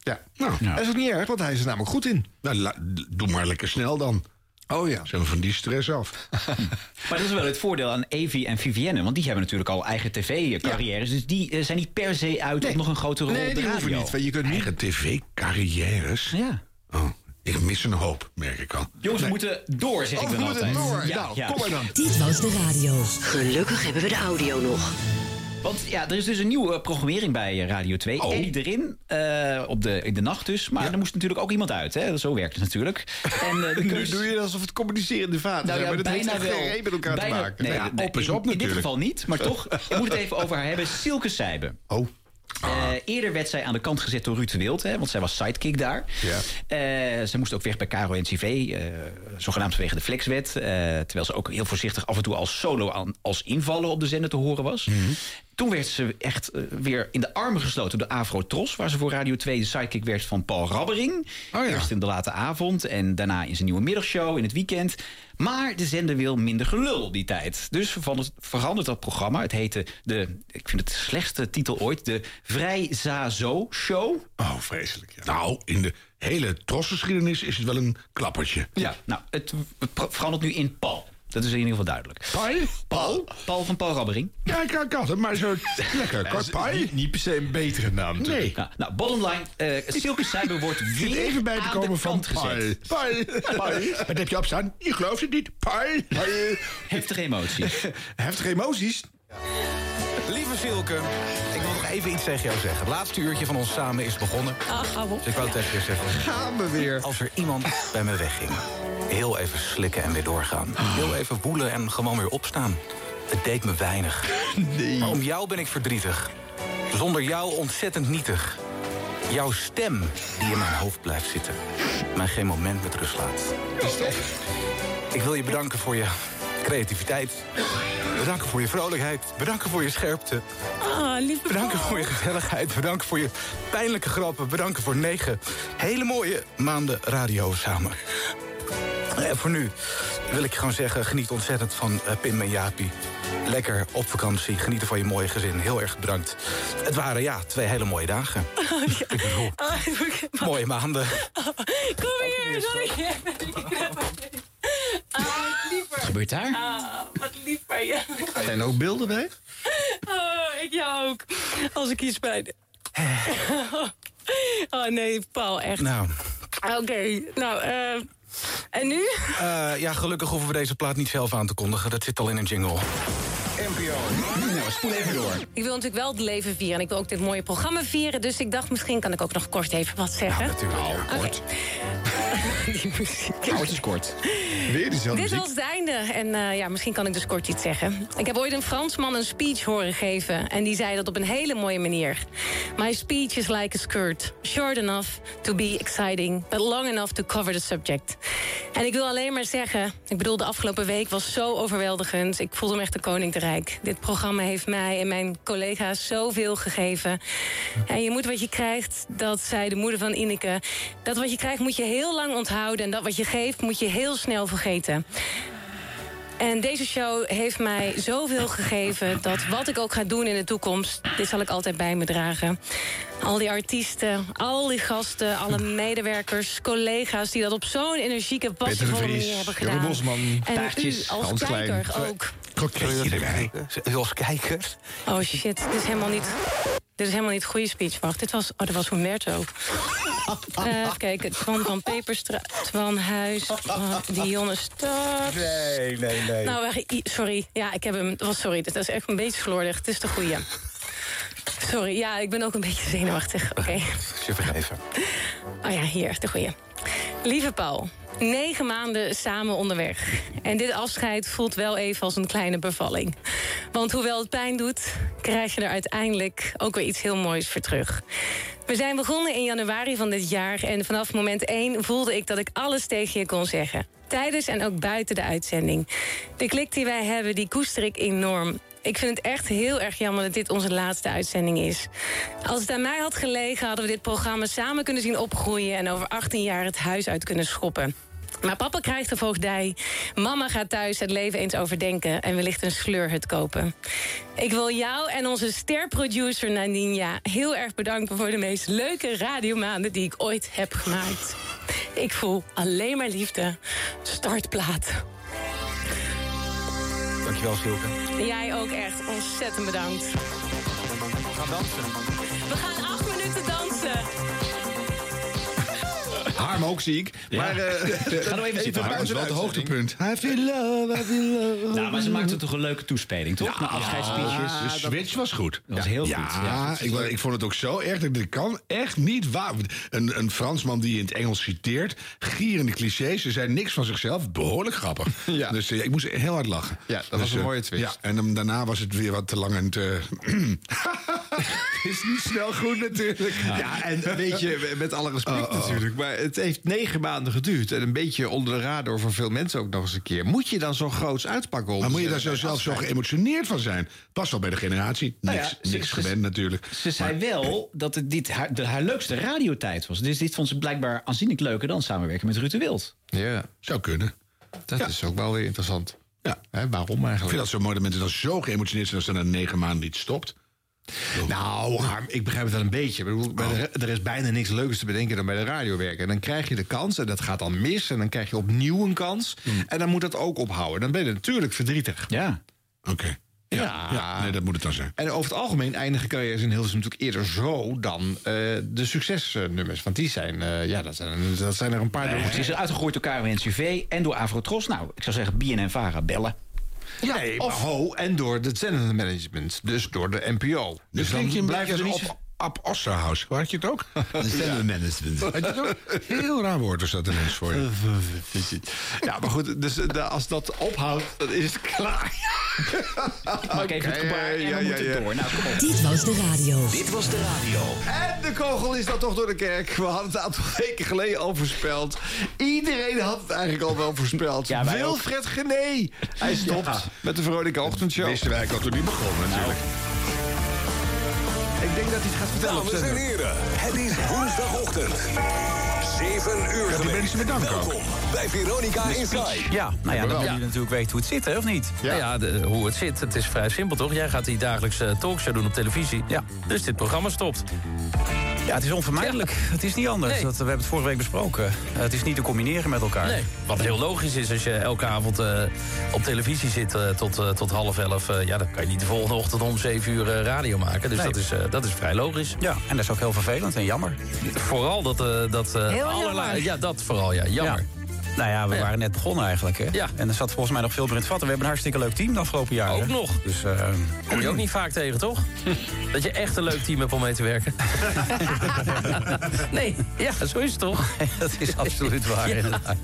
Ja. Dat is ook niet erg, want hij is er namelijk goed in.
Nou, la- d- doe maar lekker snel dan.
Oh ja.
Zijn we van die stress af.
Maar dat is wel het voordeel aan Evi en Vivienne. Want die hebben natuurlijk al eigen tv-carrières. Dus die eh, zijn niet per se uit op nog een grote rol
Nee,
op de
die hoeven
radio.
niet. want Je kunt niet.
Eigen tv-carrières?
Ja.
Oh, ik mis een hoop, merk ik al.
Jongens, we moeten door, zeg ik
Oh, we
dan
moeten
altijd.
door. Nou, kom maar dan.
Dit was de radio. Gelukkig hebben we de audio nog.
Want ja, er is dus een nieuwe eh, programmering bij eh, Radio 2.
Oh.
Eddie erin, eh, op de, in de nacht dus. Maar er moest natuurlijk ook iemand uit. Hè? Zo werkt het natuurlijk. En, eh, de
Nu
keus-
doe je alsof het communicerende vaten
Nou
zijn,
ja,
maar dat heeft
bijna
echt
wel.
geen reden met elkaar
Bijna-
te maken.
nee,
Ja,
nee, in- In dit geval niet, maar toch. Ik moet het even over haar hebben. Silke Seiben.
Oh.
Eh, eerder werd zij aan de kant gezet door Ruud de Wild, hè, want zij was sidekick daar.
Ja.
Eh, ze moest ook weg bij Caro NCV, eh zogenaamd vanwege de flexwet. eh, terwijl ze ook heel voorzichtig af en toe als solo aan, als invaller op de zender te horen was.
Mhm.
Toen werd ze echt eh, weer in de armen gesloten door de Afro Tros... waar ze voor Radio 2 de sidekick werd van Paul
Oh
Rabbering. Eerst in de late avond en daarna in zijn nieuwe middagshow in het weekend. Maar de zender wil minder gelul op die tijd. Dus verandert- verandert dat programma. Het heette de, ik vind het de slechtste titel ooit... de Vrij Zazo Show.
Oh, vreselijk. Ja. Nou, in de hele trosgeschiedenis is het wel een klappertje.
Ja, nou, het, het pro- verandert nu in Paul. Dat is in ieder geval duidelijk.
Pai?
Paul? Paul van Paul Rabbering.
Ja, ik, ik had het, maar zo lekker.
Ja,
kort
is
pai.
niet, niet per se een betere naam. natuurlijk.
Nee.
Nou, nou, bottom line, eh Silke Seiber wordt
Zit
weer
even bij te
aan
komen
de
van
kant gezet.
pai. Pai. Pai. Wat heb je opstaan? Je gelooft het niet. Pai. Pai.
Heftige emoties.
Heftige emoties.
Lieve Silke, ik wil nog even iets tegen jou zeggen. Het laatste uurtje van ons samen is begonnen. Dus ik wou tegen je zeggen...
Gaan we weer.
Als er iemand bij me wegging, heel even slikken en weer doorgaan. Heel even woelen en gewoon weer opstaan. Het deed me weinig. Maar om jou ben ik verdrietig. Zonder jou ontzettend nietig. Jouw stem die in mijn hoofd blijft zitten. Mij geen moment met rust laat. Ik wil je bedanken voor je creativiteit. Bedanken voor je vrolijkheid. Bedanken voor je scherpte.
Ah, lieve
Bedanken voor je gezelligheid. Bedanken voor je pijnlijke grappen. Bedanken voor negen hele mooie maanden radio samen. Eh, voor nu wil ik gewoon zeggen, geniet ontzettend van eh, Pim en Jaapie. Lekker op vakantie, genieten van je mooie gezin. Heel erg bedankt. Het waren ja, twee hele mooie dagen. mooie maanden.
Kom hier, sorry. Ah, liever. Wat
gebeurt daar?
Ah, wat liever, ja.
Zijn er ook beelden bij?
Oh, ik jou ook. Als ik hier spijt. Oh nee, Paul, echt.
Nou.
Oké, nou, eh, en nu?
Eh, ja, gelukkig hoeven we deze plaat niet zelf aan te kondigen. Dat zit al in een jingle. Nou, spoel even door.
Ik wil natuurlijk wel het leven vieren en ik wil ook dit mooie programma vieren. Dus ik dacht, misschien kan ik ook nog kort even wat zeggen.
natuurlijk.
Kort. Die muziek.
Oud is kort. Weer
Dit was het einde. En eh, ja, misschien kan ik dus kort iets zeggen. Ik heb ooit een Fransman een speech horen geven. En die zei dat op een hele mooie manier. My speech is like a skirt. Short enough to be exciting. But long enough to cover the subject. En ik wil alleen maar zeggen... Ik bedoel, de afgelopen week was zo overweldigend. Ik voelde me echt de koning te rijk. Dit programma heeft mij en mijn collega's zoveel gegeven. En je moet wat je krijgt, dat zei de moeder van Ineke. Dat wat je krijgt moet je heel lang onthouden. En dat wat je geeft moet je heel snel vergeten. En deze show heeft mij zoveel gegeven dat wat ik ook ga doen in de toekomst, dit zal ik altijd bij me dragen. Al die artiesten, al die gasten, alle medewerkers, collega's die dat op zo'n energieke, passievolle manier hebben gedaan.
Jeroen Bosman,
en
Taartjes,
u als
Hans Klein.
kijker ook.
Kroketje erbij. Als kijker.
Oh shit, dit is helemaal niet. Dit is helemaal niet goede speech. Wacht, dit was. Oh, dat was Humberto. Eh even kijken. Twan van Peperstra. Twan Huis. Twan- Dionne Stap.
Nee, nee, nee.
Nou, wacht, i- sorry. Ja, ik heb hem. wat- Sorry, dat is echt een beetje slordig. Het is de goede. Sorry, ja, ik ben ook een beetje zenuwachtig. Oké.
Je vergeven.
Oh ja, hier, de goeie. Lieve Paul, negen maanden samen onderweg. En dit afscheid voelt wel even als een kleine bevalling. Want hoewel het pijn doet, krijg je er uiteindelijk ook weer iets heel moois voor terug. We zijn begonnen in januari van dit jaar en vanaf moment 1 voelde ik dat ik alles tegen je kon zeggen. Tijdens en ook buiten de uitzending. De klik die wij hebben, die koester ik enorm. Ik vind het echt heel erg jammer dat dit onze laatste uitzending is. Als het aan mij had gelegen, hadden we dit programma samen kunnen zien opgroeien en over 18 jaar het huis uit kunnen schoppen. Maar papa krijgt de voogdij. Mama gaat thuis het leven eens overdenken en wellicht een sleurhut kopen. Ik wil jou en onze sterproducer Naninja heel erg bedanken voor de meest leuke radiomaanden die ik ooit heb gemaakt. Ik voel alleen maar liefde. Startplaat.
Dankjewel, Silke.
Jij ook echt ontzettend bedankt.
We gaan dansen.
We gaan acht minuten dansen.
Harm ook ziek. Maar
nou
eh,
Dat is
buiten
wel het
de hoogte.
hoogtepunt. I feel love, I feel love.
Nou, maar ze maakte toch een leuke toespeling, toch?
Ja,
Naar afscheidsspeeches.
de switch was goed.
Dat was heel
ja,
goed. Ja, dat is
ik, wa-
leuk.
ik vond het ook zo erg. Dat ik kan echt niet waar. Een, een Fransman die in het Engels citeert, gierende clichés. Ze zei niks van zichzelf. Behoorlijk grappig. Dus eh, ik moest heel hard lachen.
Ja, dat
Dus,
was een
eh,
mooie twist.
Ja, en dan- daarna was het weer wat te lang en te... Het is niet snel goed natuurlijk.
Ja, en Oh, weet je, met alle respect natuurlijk. Maar het heeft negen maanden geduurd. En een beetje onder de radar voor veel mensen ook nog eens een keer. Moet je dan zo groots uitpakken? Om
Maar moet je daar
eh,
zo zelf zo
afscheid-
geëmotioneerd van zijn? Pas wel bij de generatie. Niks,
Nou ja, ze-
niks
ze-
gewend natuurlijk.
Ze zei wel dat het dit haar, de, haar leukste radiotijd was. Dus dit vond ze blijkbaar aanzienlijk leuker dan samenwerken met Ruud de Wild.
Ja.
Zou kunnen.
Dat is ook wel weer interessant.
Ja.
waarom eigenlijk?
Ik vind dat zo mooi dat mensen dan zo geëmotioneerd zijn... als ze na negen maanden niet stopt.
Nou, Harm, ik begrijp het wel een beetje. Ik bedoel, bij de ra- er is bijna niks leukers te bedenken dan bij de radio werken. En dan krijg je de kans en dat gaat dan mis. En dan krijg je opnieuw een kans. En dan moet dat ook ophouden. Dan ben je natuurlijk verdrietig.
Ja.
Oké. Ja. ja, nee, dat moet het dan zijn.
En over het algemeen eindigen carrières in Hilversum natuurlijk eerder zo dan eh, de succesnummers. Want die zijn, eh, ja, dat zijn, dat zijn er een paar. door-
Ze is uitgegooid door KRO-NCV en door Avrotros. Nou, ik zou zeggen BNNVARA bellen.
Ja, of ho, en door het zendermanagement. Dus door de NPO.
Dus dan blijft het
niet.
op Ab Osterhaus. Had je het ook? Zendermanagement. Had je het ook? Heel raar woord is dat ineens voor je.
Ja, maar goed, dus eh, da- als dat ophoudt, dan is het klaar.
Ik maak even het gebaar en we
ja, ja,
moeten
ja.
door. Nou, kom op.
Dit was de radio.
Dit was de radio.
En de kogel is dan toch door de kerk. We hadden het een aantal weken geleden al voorspeld. Iedereen had het eigenlijk al wel voorspeld.
Ja, wij ook.
Wilfred Gené. Hij stopt
Ja.
met de Veronica Ochtendshow. Nou.
Wisten wij ook toen die begon natuurlijk.
Ik denk dat hij het gaat vertellen. op
Dames en
zender.
heren, het is woensdagochtend.
Zeven uur
Ja, die mensen bedanken ook.
bij Veronica Inside.
Ja,
nou ja, dan
Ja.
wil je
natuurlijk weten hoe het zit, hè, of niet? Ja, ja de- hoe het zit, het is vrij simpel, toch? Jij gaat die dagelijkse talkshow doen op televisie. Ja. Dus dit programma stopt.
Ja, het is onvermijdelijk. Het is niet anders.
Nee.
Dat, we hebben het vorige week besproken. Eh, het is niet te combineren met elkaar.
Nee, wat heel logisch is als je elke avond eh, op televisie zit eh, tot, eh, tot half elf. eh, ja, dan kan je niet de volgende ochtend om zeven uur eh, radio maken. Dus
Nee.
dat, is, eh, dat is vrij logisch.
Ja, en dat is ook heel vervelend en jammer.
Vooral dat... eh, dat eh,
Heel
allerlei-
jammer.
Ja, dat vooral, ja. Jammer.
Nou ja, we waren net begonnen eigenlijk. Hè? En er zat volgens mij nog veel meer in het vat. En we hebben een hartstikke leuk team de afgelopen jaren.
Ook nog.
Dus, eh,
Kom je ook niet vaak tegen, toch? Dat je echt een leuk team hebt om mee te werken. nee, ja, zo is het toch?
dat is absoluut waar.
Ja.
inderdaad.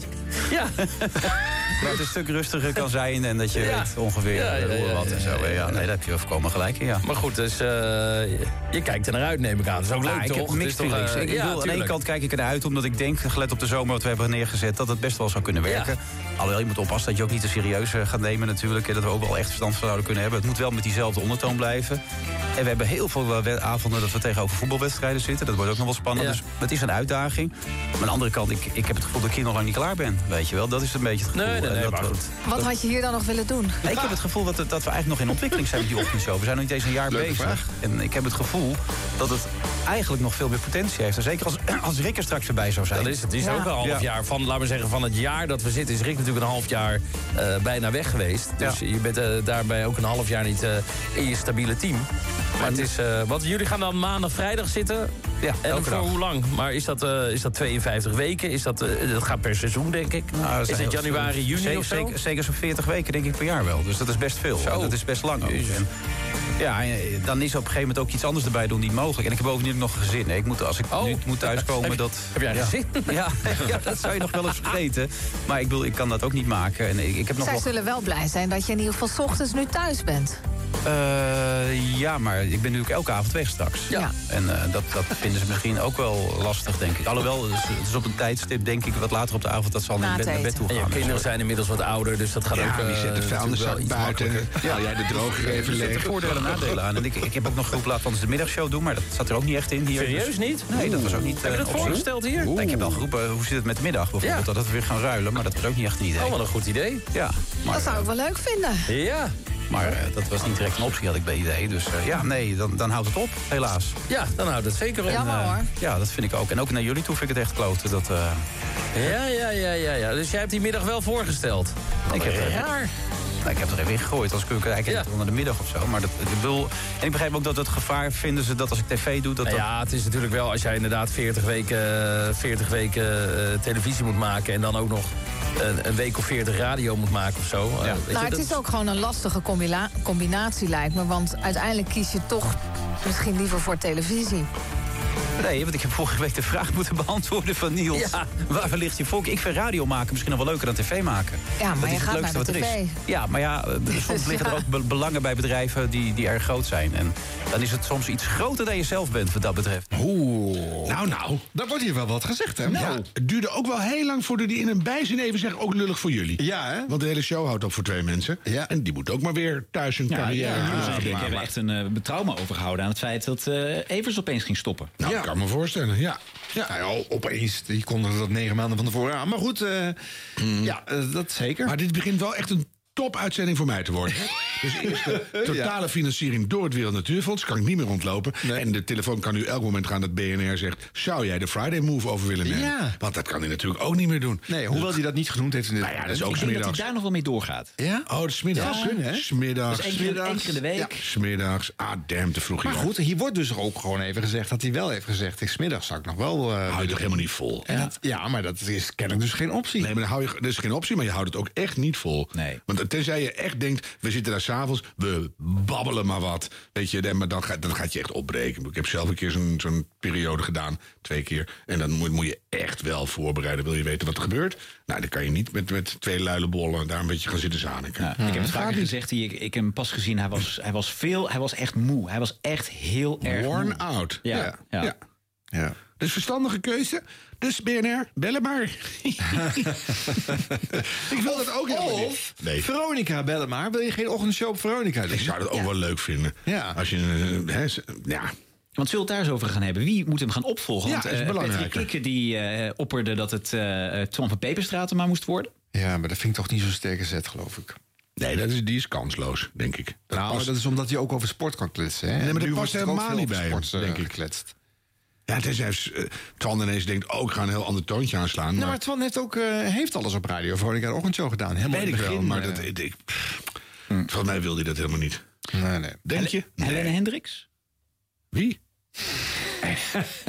Ja.
Dat het een stuk rustiger kan zijn en dat je
Ja.
weet ongeveer
Ja, ja,
eh, hoe
ja,
wat en zo. hè. Ja, nee, daar heb je wel voorkomen gelijk in, ja.
Maar goed, dus eh, je kijkt er naar uit, neem ik aan. Dat is ook leuk,
Ah, ik
toch?
heb mixed
Het is toch,
feelings.
eh,
ik
ja,
bedoel, aan de ene
tuurlijk.
kant kijk ik ernaar uit... omdat ik denk, gelet op de zomer wat we hebben neergezet... dat het best wel zou kunnen werken. Alhoewel, je moet oppassen dat je ook niet te serieus eh, gaat nemen natuurlijk... en dat we ook wel echt verstand van zouden kunnen hebben. Het moet wel met diezelfde ondertoon blijven. En we hebben heel veel eh, we- avonden dat we tegenover voetbalwedstrijden zitten. Dat wordt ook nog wel spannend. Dus het is een uitdaging. Maar aan de andere kant, ik, ik heb het gevoel dat ik hier nog lang niet klaar ben. Weet je wel, dat is een beetje het gevoel.
Nee, nee, nee,
En dat-
maar goed.
dat-
Wat had je hier dan nog willen doen?
Nee, ik heb het gevoel dat, het- dat we eigenlijk nog in ontwikkeling zijn met die ochtendshow. We zijn nog niet eens een jaar
Leuke
bezig.
vraag.
En ik heb het gevoel dat het eigenlijk nog veel meer potentie heeft. En zeker als, als Rick er straks voorbij zou zijn.
Dat is het. Die is ook een half
Ja.
jaar van, laten we zeggen, van het jaar dat we zitten, is Rick natuurlijk een half jaar eh, bijna weg geweest. Dus je bent eh, daarbij ook een half jaar niet eh, in je stabiele team. Maar het is, eh, wat, jullie gaan dan maandag, vrijdag zitten.
Ja,
en
elke
voor
dag.
hoe lang? Maar is dat, eh, is dat 52 weken? Is dat, eh, dat gaat per seizoen, denk ik.
Nou, dat
is
zijn
het
heel-
januari, juni
zeker,
of zo?
Zeker, zeker zo'n 40 weken denk ik per jaar wel. Dus dat is best veel. En Dat is best lang ook. En, ja, en eh, dan is op een gegeven moment ook iets anders erbij doen niet mogelijk. En ik heb bovendien ook nog een gezin. hè. Ik moet, als ik nu moet thuiskomen,
Oh. Heb je-
dat...
heb jij een
ja.
gezin?
Ja, ja, dat zou je nog wel eens vergeten. Maar ik bedoel, ik kan dat ook niet maken. En ik, ik heb nog
Zij
wel...
zullen wel blij zijn dat je in ieder geval 's ochtends nu thuis bent.
Eh, ja, maar ik ben natuurlijk elke avond weg straks.
Ja.
En eh, dat, dat vinden ze misschien ook wel lastig, denk ik. Alhoewel, het is- het is op een tijdstip, denk ik, wat later op de avond... dat ze al
Na
naar bed, naar bed toe
het
gaan.
eten. En je kinderen zijn inmiddels wat ouder, dus dat gaat ook,
die
eh,
zetten
natuurlijk wel iets makkelijker.
Ja, jij de droger even leeg. Er zitten voordelen en nadelen aan. En ik, ik heb ook nog groep laten ons de middagshow doen, maar dat zat er ook niet echt in hier.
Serieus
Dus-
niet?
Nee, dat was ook niet.
Heb je dat voorgesteld hier?
Nee, ik heb wel groepen, hoe zit het met de middag bijvoorbeeld? Dat we weer gaan ruilen, maar dat was ook niet echt een idee.
Oh, wat een goed idee.
Ja,
dat zou ik wel leuk vinden.
Ja.
maar eh, dat was niet direct een optie, had ik bij idee. Dus eh, ja, nee, dan, dan houdt het op, helaas.
Ja, dan houdt het zeker op.
En, eh, Ja, dat vind ik ook. En ook naar jullie toe vind ik het echt kloten. Dat, eh,
Ja, ja, ja, ja, ja. Dus jij hebt die middag wel voorgesteld.
Ik heb er-
raar.
Nou, ik heb er even in gegooid, als ik het eigenlijk niet onder de middag of zo. Maar dat, ik bedoel, en ik begrijp ook dat het gevaar vinden ze dat als ik tv doe... Dat
Nou
dat-
ja, het is natuurlijk wel als jij inderdaad 40 weken, eh, 40 weken eh, televisie moet maken... en dan ook nog een, een week of 40 radio moet maken of zo. eh, weet je,
Nou, het
dat-
is ook gewoon een lastige combila- combinatie, lijkt me. Want uiteindelijk kies je toch misschien liever voor televisie.
Nee, want ik heb vorige week de vraag moeten beantwoorden van Niels. Waar waar ligt je volk? Ik vind radio maken misschien nog wel leuker dan tv maken.
Ja, maar
dat is
je
het
gaat
leukste
naar de
wat er is.
tv.
Ja, maar ja, eh, soms liggen er ook be- belangen bij bedrijven die, die erg groot zijn. En dan is het soms iets groter dan je zelf bent wat dat betreft.
Oeh. Nou, nou. Daar wordt hier wel wat gezegd, hè?
Nou.
Ja, het duurde ook wel heel lang voordat hij in een bijzin even zegt... ook lullig voor jullie. Ja, hè? Want de hele show houdt op voor twee mensen. En die moet ook maar weer thuis een
Ja, ja,
carrière
ja,
gaan
ja, ik
verdenken.
heb echt een eh, trauma overgehouden aan het feit dat eh Evers opeens ging stoppen.
Nou, ik kan me voorstellen, ja.
Ja, nou ja, opeens. Die kondigde dat negen maanden van tevoren aan. Maar goed, eh, ja, eh, dat zeker.
Mm. Maar dit begint wel echt een topuitzending voor mij te worden. dus eerst de totale financiering door het Wereld Natuurfonds. Kan ik niet meer ontlopen. En de telefoon kan nu elk moment gaan dat BNR zegt... zou jij de Friday Move over willen nemen?
Ja.
Want dat kan hij natuurlijk ook niet meer doen.
Nee, hoewel hij dat niet genoemd heeft in dit...
Nou ja, dat is ook
ik denk dat hij
smiddags.
daar nog wel mee doorgaat.
Ja?
Oh, dat is middags.
Ja, kunnen, hè?
Smiddags.
Dus één keer- één keer in de week.
Ja, smiddags. Ah, damn, te vroeg.
Maar
joh.
goed, hier wordt dus ook gewoon even gezegd dat hij wel heeft gezegd... ik smiddags zou ik nog wel... eh,
Hou je toch helemaal niet vol?
En dat, ja, maar dat is kennelijk dus geen optie.
Nee, maar dan hou je, dat is geen optie, maar je houdt het ook echt niet vol. Nee. Want tenzij je echt denkt, we zitten daar s'avonds, we babbelen maar wat. Weet je, nee, maar dan, ga, dan gaat je echt opbreken. Ik heb zelf een keer zo'n zo'n periode gedaan, twee keer. En dan moet, moet je echt wel voorbereiden, wil je weten wat er gebeurt. Nou, dan kan je niet met, met twee luile bollen daar een beetje gaan zitten zaniken.
Ik heb het vaker gezegd, hier, ik, ik heb hem pas gezien. Hij was, hij was veel, hij was echt moe. Hij was echt heel erg
Worn
moe.
out.
Ja,
Ja.
ja.
Ja. Dus verstandige keuze. Dus BNR, bellen maar.
Ik wil dat ook helemaal Of Veronica bellen maar. Wil je geen ochtendshow op Veronica doen?
Ik zou dat ook wel leuk vinden. Als je, eh, hè, z- ja,
Want zullen we het daar eens over gaan hebben? Wie moet hem gaan opvolgen?
Ja,
Want
is
eh, Patrick
belangrijker.
Klikke die eh, opperde dat het eh eh, Twan van Peperstraten maar moest worden.
Ja, maar dat vind ik toch niet zo'n sterke zet, geloof ik.
Nee, dat is, die is kansloos, denk ik. Dat
nou,
past-
dat is omdat hij ook over sport kan kletsen. Hè?
Nee, maar
En
dat
nu wordt
past
er ook
helemaal
veel
niet bij
over
hem,
sport, eh,
denk ik.
gekletst.
Ja, tenzij eh, Twan ineens denkt, oh, ik ga een heel ander toontje aanslaan.
Nou, maar Twan heeft ook eh, heeft alles op Radio Veronica de Ochtendshow gedaan. Helemaal in
Weet ik
het
wel,
begin,
maar
eh, hm.
dat, ik, ik- pff, volgens mij wilde hij dat helemaal niet.
Nee, nee.
Denk je?
Helene Hendricks?
Wie?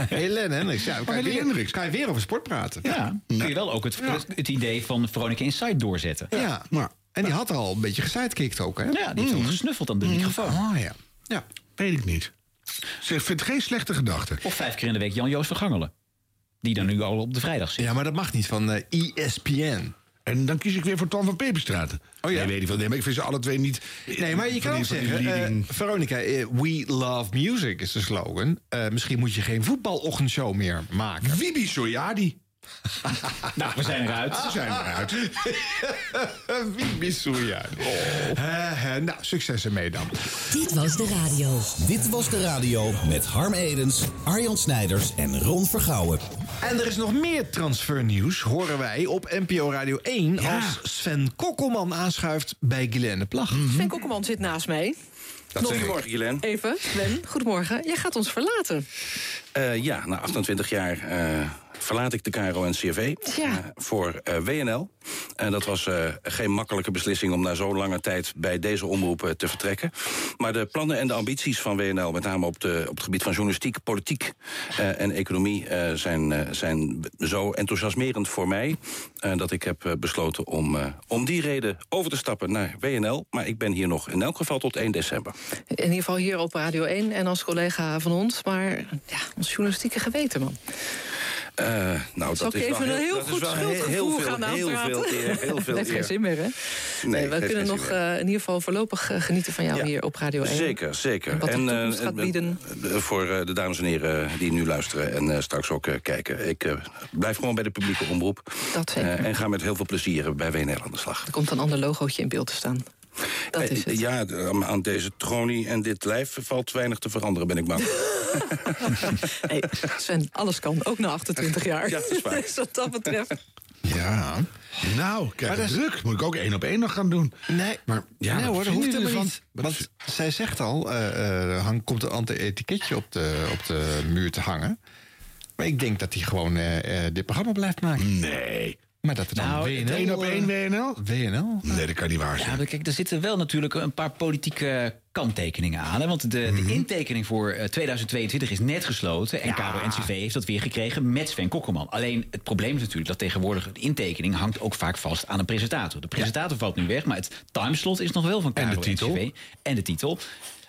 Helene Hendricks. Ja, dan kan, je
Oh, Helene
weer, kan je weer over sport praten.
Ja, kun je wel ook het, het, het idee van Veronica Inside doorzetten.
Ja. En die had er al een beetje gesidekicked ook, hè? Mm.
Ja, die heeft al gesnuffeld aan de microfoon.
Oh ja. ja.
Weet ik niet. Zeg, vind het geen slechte gedachte.
Of vijf keer in de week Jan-Joost van Gangelen. Die dan nu al op de vrijdag zit.
Ja, maar dat mag niet van eh, E ESPN.
En dan kies ik weer voor Twan van Peperstraten.
Oh ja.
Nee, weet ik wel. Nee, maar ik vind ze alle twee niet...
Nee, maar je kan
van
ook
die- van die
zeggen, eh,
leading-
Veronica, eh, we love music is de slogan. Eh, misschien moet je geen voetbalochtendshow meer maken.
Wibi Sojadi.
nou, we zijn eruit.
We zijn eruit.
Wibi Sojadi.
Oh.
Eh, eh, nou, succes ermee dan.
Dit was de radio. Dit was de radio met Harm Edens, Arjan Snijders en Ron Vergouwen.
En er is nog meer transfernieuws, horen wij op NPO Radio 1... als Sven Kokkelman aanschuift bij Guylaine Plag.
Sven Kokkelman zit naast mij.
Goedemorgen, Jelen.
Even, Sven, goedemorgen. Jij gaat ons verlaten.
Eh, ja, na 28 jaar eh, verlaat ik de KRO en CV
Ja.
voor eh, WNL. En dat was eh, geen makkelijke beslissing om na zo'n lange tijd bij deze omroep eh, te vertrekken. Maar de plannen en de ambities van WNL, met name op, de, op het gebied van journalistiek, politiek eh, en economie, eh, zijn, eh, zijn zo enthousiasmerend voor mij eh, dat ik heb eh, besloten om, eh, om die reden over te stappen naar WNL. Maar ik ben hier nog in elk geval tot 1 december.
In ieder geval hier op Radio 1 en als collega van ons. Maar ja, ons journalistieke geweten, man.
Eh, nou,
Zal
dat is
ik
wel
even een heel
dat is
goed
wel heel-
schuldgevoel
heel
gaan
veel-
aanpraten?
Heel veel eer, heel veel
heeft geen
eer.
zin meer, hè? Nee, wij
heeft
kunnen
geen
nog eh, in ieder geval voorlopig eh, genieten van jou hier op Radio 1.
Zeker, zeker.
En wat de
eh,
toekomst gaat
eh,
bieden.
eh, Voor eh, de dames en heren die nu luisteren en eh, straks ook eh, kijken. Ik eh, blijf gewoon bij de publieke omroep.
Dat zeker.
Eh, en ga met heel veel plezier bij WNL aan de slag.
Er komt een ander logootje in beeld te staan. Dat
Eh,
is het.
Ja, d- aan- aan deze tronie en dit lijf valt weinig te veranderen, ben ik bang.
Hey, Sven, alles kan, ook na 28 jaar.
Ja, dat is waar.
Dus wat dat betreft.
Ja. Nou, kijk,
dat is-
druk. Moet ik ook één op één nog gaan doen?
Nee, maar,
ja,
nee
wat
hoor, dat
vinden
hoeft
jullie
helemaal niet.
ervan?
Want zij zegt al, eh, eh, hang, komt een anti-etiketje op de, op de muur te hangen. Maar ik denk dat hij gewoon eh, eh, dit programma blijft maken.
Nee.
Maar dat er dan
Nou,
WNL...
één op één
eh,
WNL?
WNL?
Nee, dat kan niet waar zijn.
Ja, maar kijk, er zitten wel natuurlijk een paar politieke kanttekeningen aan. Hè? Want de, de
Mhm.
intekening voor eh, 2022 is net gesloten. En Caro NCV heeft dat weer gekregen met Sven Kokkelman. Alleen het probleem is natuurlijk dat tegenwoordig de intekening hangt ook vaak vast aan een presentator. De presentator valt nu weg, maar het timeslot is nog wel van Caro NCV. En de titel.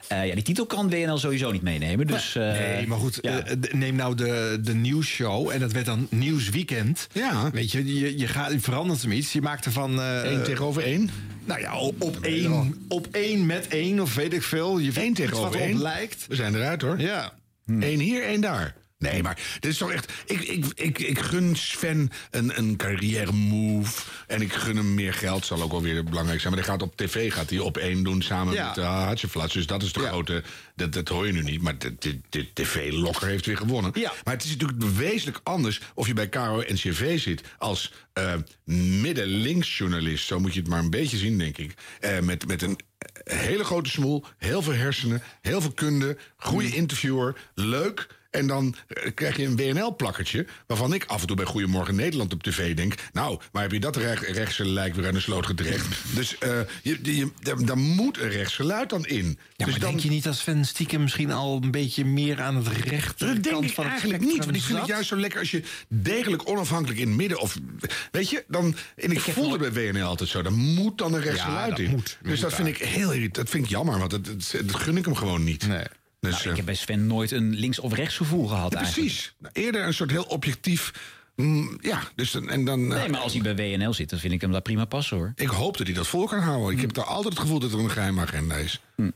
Eh, ja, die titel kan WNL sowieso niet meenemen. Dus, eh,
nee, maar goed,
ja.
eh, d- neem nou de, de nieuwsshow. En dat werd dan Nieuwsweekend.
Ja.
Weet je, je, je, gaat, je verandert hem iets. Je maakt ervan... eh
Eén tegenover één?
Nou ja, op, op, één, op één met één of weet ik veel. Je
Eén tegenover
wat erop
één.
lijkt.
We zijn eruit, hoor. Hmm.
Ja.
Eén hier, één daar. Nee, maar dit is toch echt... Ik, ik, ik, ik gun Sven een, een carrière move. En ik gun hem meer geld. Zal ook wel weer belangrijk zijn. Maar hij gaat op tv gaat hij op één doen samen
Ja.
met uh, Hatsjeflats. Dus dat is de grote... Dat, dat hoor je nu niet. Maar dit- dit- dit tv-lokker heeft weer gewonnen. Maar het is natuurlijk wezenlijk anders of je bij Caro en CV zit als eh midden-linksjournalist. Zo moet je het maar een beetje zien, denk ik. Eh, met, met een hele grote smoel, heel veel hersenen, heel veel kunde, goede interviewer, leuk. En dan eh, krijg je een WNL-plakkertje, waarvan ik af en toe bij Goedemorgen Nederland op tv denk... nou, waar heb je dat rech- rechtse lijk weer aan de sloot gedrecht? dus eh, je, je, daar- daar moet een rechts geluid dan in.
Ja,
dus
maar
dan,
denk je niet dat Sven stiekem misschien al een beetje meer aan het rechterkant
dat denk ik
van het
eigenlijk
spectrum
niet. Want ik vind het
zat?
juist zo lekker als je degelijk onafhankelijk in het midden... of weet je, dan... En ik, voelde bij WNL altijd zo. Daar moet dan een
Ja,
rechtsgeluid
dat
in.
moet.
dus
Moet
dat vind ik heel irrit- Dat vind ik jammer, want dat, dat, dat gun ik hem gewoon niet. Dus,
Nou,
eh,
ik heb bij Sven nooit een links- of rechtsgevoel gehad
ja,
eigenlijk.
precies. Nou, Eerder een soort heel objectief... mm, ja, dus dan, en dan... eh,
Nee, maar als hij bij WNL zit, dan vind ik hem daar prima passen hoor. Mm.
Ik hoop dat hij dat vol kan houden. Ik heb daar altijd het gevoel dat er een geheime agenda is.
Maar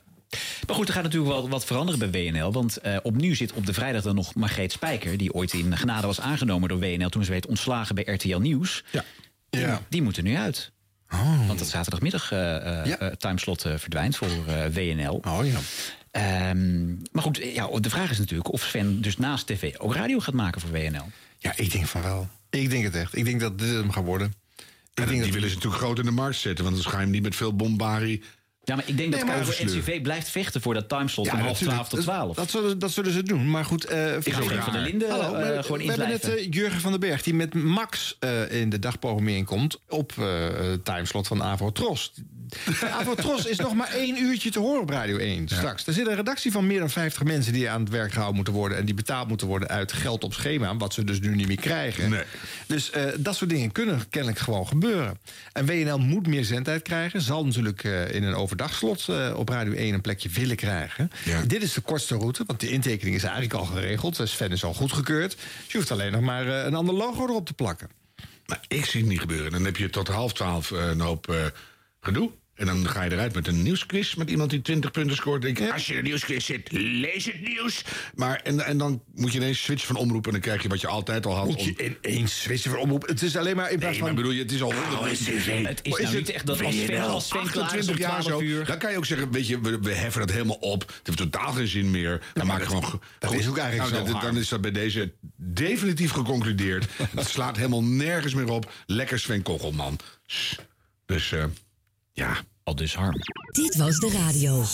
goed, er gaat natuurlijk wel wat veranderen bij WNL. Want eh, opnieuw zit op de vrijdag dan nog Margreet Spijker... die ooit in genade was aangenomen door WNL... toen ze werd ontslagen bij RTL Nieuws.
Ja.
Die, die moeten nu uit.
Oh.
Want dat zaterdagmiddag eh, eh, eh, timeslot eh, verdwijnt voor eh, WNL.
Oh ja.
Ehm, maar goed, ja, de vraag is natuurlijk of Sven dus naast tv ook radio gaat maken voor WNL.
Ja, ik denk van wel. Ik denk het echt. Ik denk dat dit hem gaat worden.
En die willen ze natuurlijk groot in de markt zetten, want dan ga je hem niet met veel bombarie.
Ja, maar ik denk dat
Nee, maar-
KRO NCV blijft vechten voor dat timeslot van half
natuurlijk.
twaalf tot twaalf.
Dat, zullen, dat zullen ze doen. Maar goed, eh
Ik ga Freek van der Linden, eh,
maar
gewoon
We hebben net
inslijven.
eh, Jurgen van den Berg, die met Max eh, in de dagprogrammering komt... op eh timeslot van Avro Tros. Avro Tros is nog maar één uurtje te horen op Radio 1 straks. Er zit een redactie van meer dan 50 mensen die aan het werk gehouden moeten worden... en die betaald moeten worden uit geld op schema... wat ze dus nu niet meer krijgen. Dus eh, dat soort dingen kunnen kennelijk gewoon gebeuren. En WNL moet meer zendtijd krijgen. Zal natuurlijk eh, in een overdagslot eh, op Radio 1 een plekje willen krijgen. Dit is de kortste route, want de intekening is eigenlijk al geregeld. Eh, Sven is al goedgekeurd. Dus je hoeft alleen nog maar eh, een ander logo erop te plakken.
Maar ik zie het niet gebeuren. Dan heb je tot half twaalf eh, een hoop eh, gedoe. En dan ga je eruit met een nieuwsquiz met iemand die 20 punten scoort. Denk, ik, Als je in de nieuwsquiz zit, lees het nieuws. Maar, en, en dan moet je ineens switchen van omroep en dan krijg je wat je altijd al had.
Moet je ineens switchen van omroep? Het is alleen maar in plaats
nee, maar
van-
bedoel je, het is al
Nou,
honderd
is het-
het is nou niet echt dat als Sven-
WNL,
als Sven klaar is om
28 jaar
12
zo, dan kan je ook zeggen, weet je, we, we heffen dat helemaal op. Het heeft totaal geen zin meer. Dan maken we gewoon...
dat is ook eigenlijk
nou,
zo
dat- Dan
hard.
is dat bij deze definitief geconcludeerd. het slaat helemaal nergens meer op. Lekker Sven Kogelman. Sst. Dus, eh, ja.
Al dus harm.
Dit was de radio.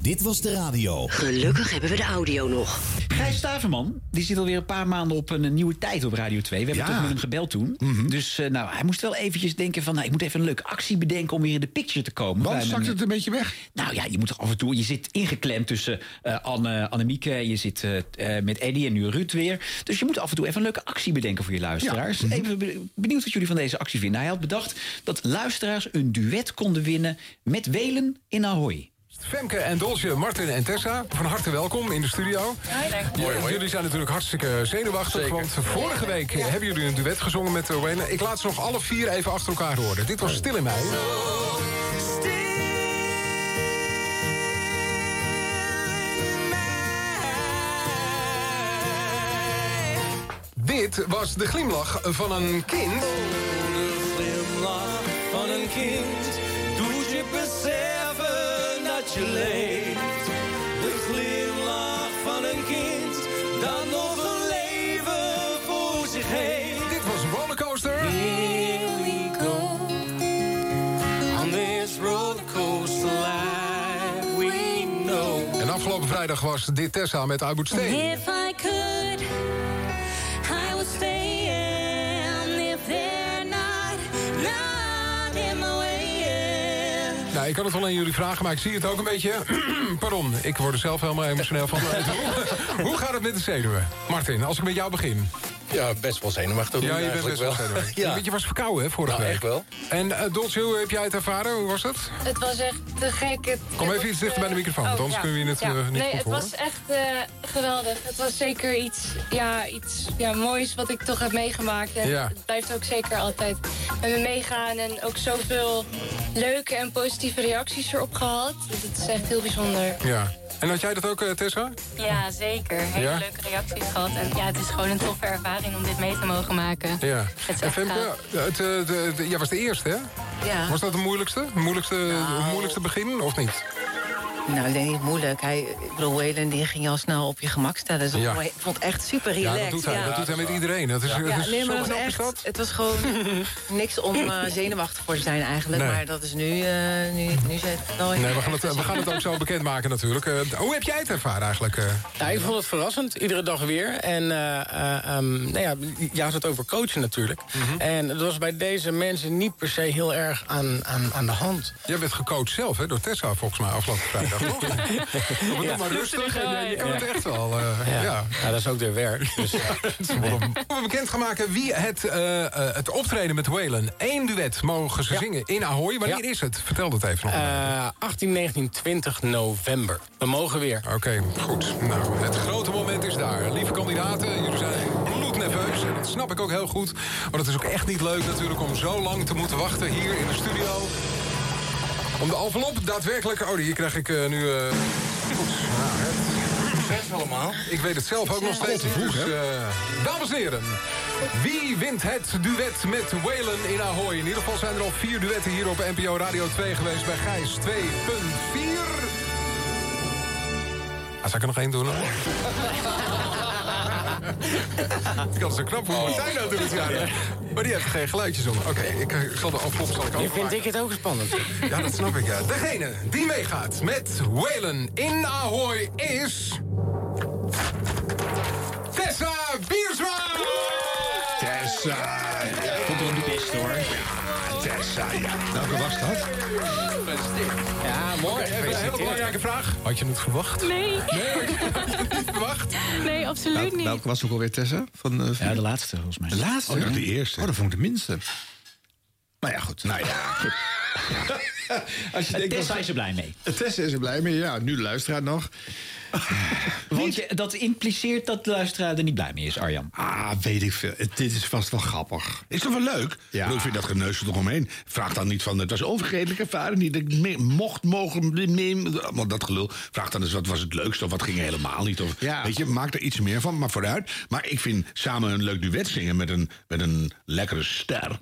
Dit was de radio.
Gelukkig hebben we de audio nog.
Gijs Staverman, die zit alweer een paar maanden op een eh, nieuwe tijd op Radio 2. We hebben
Ja.
toch met hem gebeld toen.
Mhm.
Dus eh, nou, hij moest wel eventjes denken van... Nou, ik moet even een leuke actie bedenken om hier in de picture te komen.
Want
Bij
zakt
mijn- eh,
het een beetje weg?
Nou ja, je moet toch af en toe... Je zit ingeklemd tussen eh, Anne, Annemieke, je zit eh, eh, met Eddie en nu Ruud weer. Dus je moet af en toe even een leuke actie bedenken voor je luisteraars. Even be- benieuwd wat jullie van deze actie vinden. Hij had bedacht dat luisteraars een duet konden winnen met Welen in Ahoy.
Femke en Dolce, Martin en Tessa, van harte welkom in de studio. Mooi, hoor. Jullie zijn natuurlijk hartstikke zenuwachtig, want vorige week eh, hebben jullie een duet gezongen met eh, Wayne. Ik laat ze nog alle vier even achter elkaar horen. Dit was Stil in mij. Dit was de glimlach van een kind.
glimlach van een kind doet je beseffen dat je leeft. De glimlach van een kind dat nog een leven voor zich heeft.
Dit was een rollercoaster.
Here we go on this rollercoaster life we know.
En afgelopen vrijdag was dit Tessa met I Would Stay.
If I could, I would stay. And if they're not, not in my way. yeah.
Nou, ik kan het wel aan jullie vragen, maar ik zie het ook een beetje. Pardon, ik word er zelf helemaal emotioneel van. Hoe- Hoe gaat het met de zenuwen? Martin, als ik met jou begin.
Ja, best wel zenuwachtig.
Ja, je bent
eigenlijk
best wel zenuwachtig. Je bent- Je was verkouden, hè, vorige
Nou,
week.
echt wel.
En eh, Dolce, hoe heb jij het ervaren? Hoe was het?
Het was echt te gek. Het,
Kom
het
even
was,
iets dichter bij de
eh,
microfoon, want anders kunnen we je het, eh, niet
Nee,
goed
het
horen.
was echt eh, geweldig. Het was zeker iets, ja, iets ja, moois wat ik toch heb meegemaakt. En
Ja.
het blijft ook zeker altijd met me meegaan. En ook zoveel leuke en positieve reacties erop gehad. Dus het is echt heel bijzonder.
Ja. En had jij dat ook, eh, Tessa?
Ja, zeker. Hele
Ja?
leuke reacties gehad. En ja, het is gewoon een toffe ervaring om dit mee te mogen maken.
Ja.
Het is
En
echt
Femke,
gaaf.
het, eh, de- de- jij was de eerste, hè?
Ja.
Was dat de moeilijkste? Het moeilijkste, het moeilijkste begin, of niet?
Nou, ik denk niet moeilijk. Hij, ik bedoel, Waylon die ging al snel op je gemak stellen. Dus
Ja.
ik vond het echt super
Ja,
relaxed.
dat doet hij. Dat doet hij met iedereen. Dat is,
Ja,
dat is
nee, maar
zo
dat was
knap, is
echt,
dat?
het was gewoon niks om eh, zenuwachtig voor te zijn eigenlijk.
Nee.
Maar dat is nu, eh, nu, nu zijn het al
Nee, we gaan, het, eh, we gaan het ook zo bekendmaken natuurlijk. Eh, hoe heb jij het ervaren eigenlijk? eh?
Ja, ik vond het verrassend, iedere dag weer. En eh, eh, ehm, nou ja, je had het over coachen natuurlijk.
Mhm.
En dat was bij deze mensen niet per se heel erg aan, aan, aan de hand.
Jij werd gecoacht zelf, hè, door Tessa volgens mij afgelopen vrijdag. toch? Doe
Ja.
maar rustig. en, eh, je kan het
Ja.
echt wel. eh,
Ja.
ja.
Ja, dat is ook de werk. Dus, eh,
We hebben bekend gaan maken wie het, eh, eh, het optreden met Waylon. Eén duet mogen ze zingen in Ahoy. Wanneer is het? Vertel dat even nog.
eh, 18, 19, 20 november. We mogen weer. Oké,
goed. Nou, het grote moment is daar. Lieve kandidaten, jullie zijn bloednerveus. En dat snap ik ook heel goed. Maar het is ook echt niet leuk natuurlijk om zo lang te moeten wachten hier in de studio. Om de envelop daadwerkelijk... Oh, hier krijg ik eh, nu... eh, Goed, nou, het... allemaal. Ik weet het zelf ook nog steeds niet. Dus, eh, dames en heren, wie wint het duet met Waylon in Ahoy? In ieder geval zijn er al vier duetten hier op NPO Radio 2 geweest bij Gijs 2.4. Ah, Zal ik er nog één doen? hoor? Ik had zo knap hoe Martijn nou doet. Ja, ja. Maar die heeft geen geluidjes om. Oké, ik eh, zal de envelop zal ik
Nu
overmaken.
vind ik het ook spannend.
Ja, dat snap ik, ja. Degene die meegaat met Whalen in Ahoy is... Tessa Biersma!
Tessa!
Ja,
Komt er op de pist, hoor.
Tessa, ja. Welke was dat?
Ja, mooi. Even een hele belangrijke vraag. Had je het verwacht?
Nee.
Wacht.
Nee, absoluut niet.
Welke was ook alweer Tessa? Van, eh,
ja, de laatste volgens mij.
De laatste?
Oh, ik dacht de eerste.
Oh, dat vond ik de minste. Maar ja, goed. Nou ja. Als je denkt
Tessa
dat-
is er blij mee.
Tessa is er blij mee, ja. Nu de luisteraar nog.
Want je- dat impliceert dat de luisteraar er niet blij mee is, Arjan.
Ah, weet ik veel. Het- Dit is vast wel grappig.
Is toch wel leuk? Ja. Ik vind dat geneuzel toch omheen. Vraag dan niet van, het was een onvergetelijke ervaring. Niet dat ik mee- mocht mogen, mee- mee- allemaal dat gelul. Vraag dan eens, wat was het leukste of wat ging helemaal niet? Of, Weet je, maak er iets meer van, maar vooruit. Maar ik vind samen een leuk duet zingen met een, met een lekkere ster...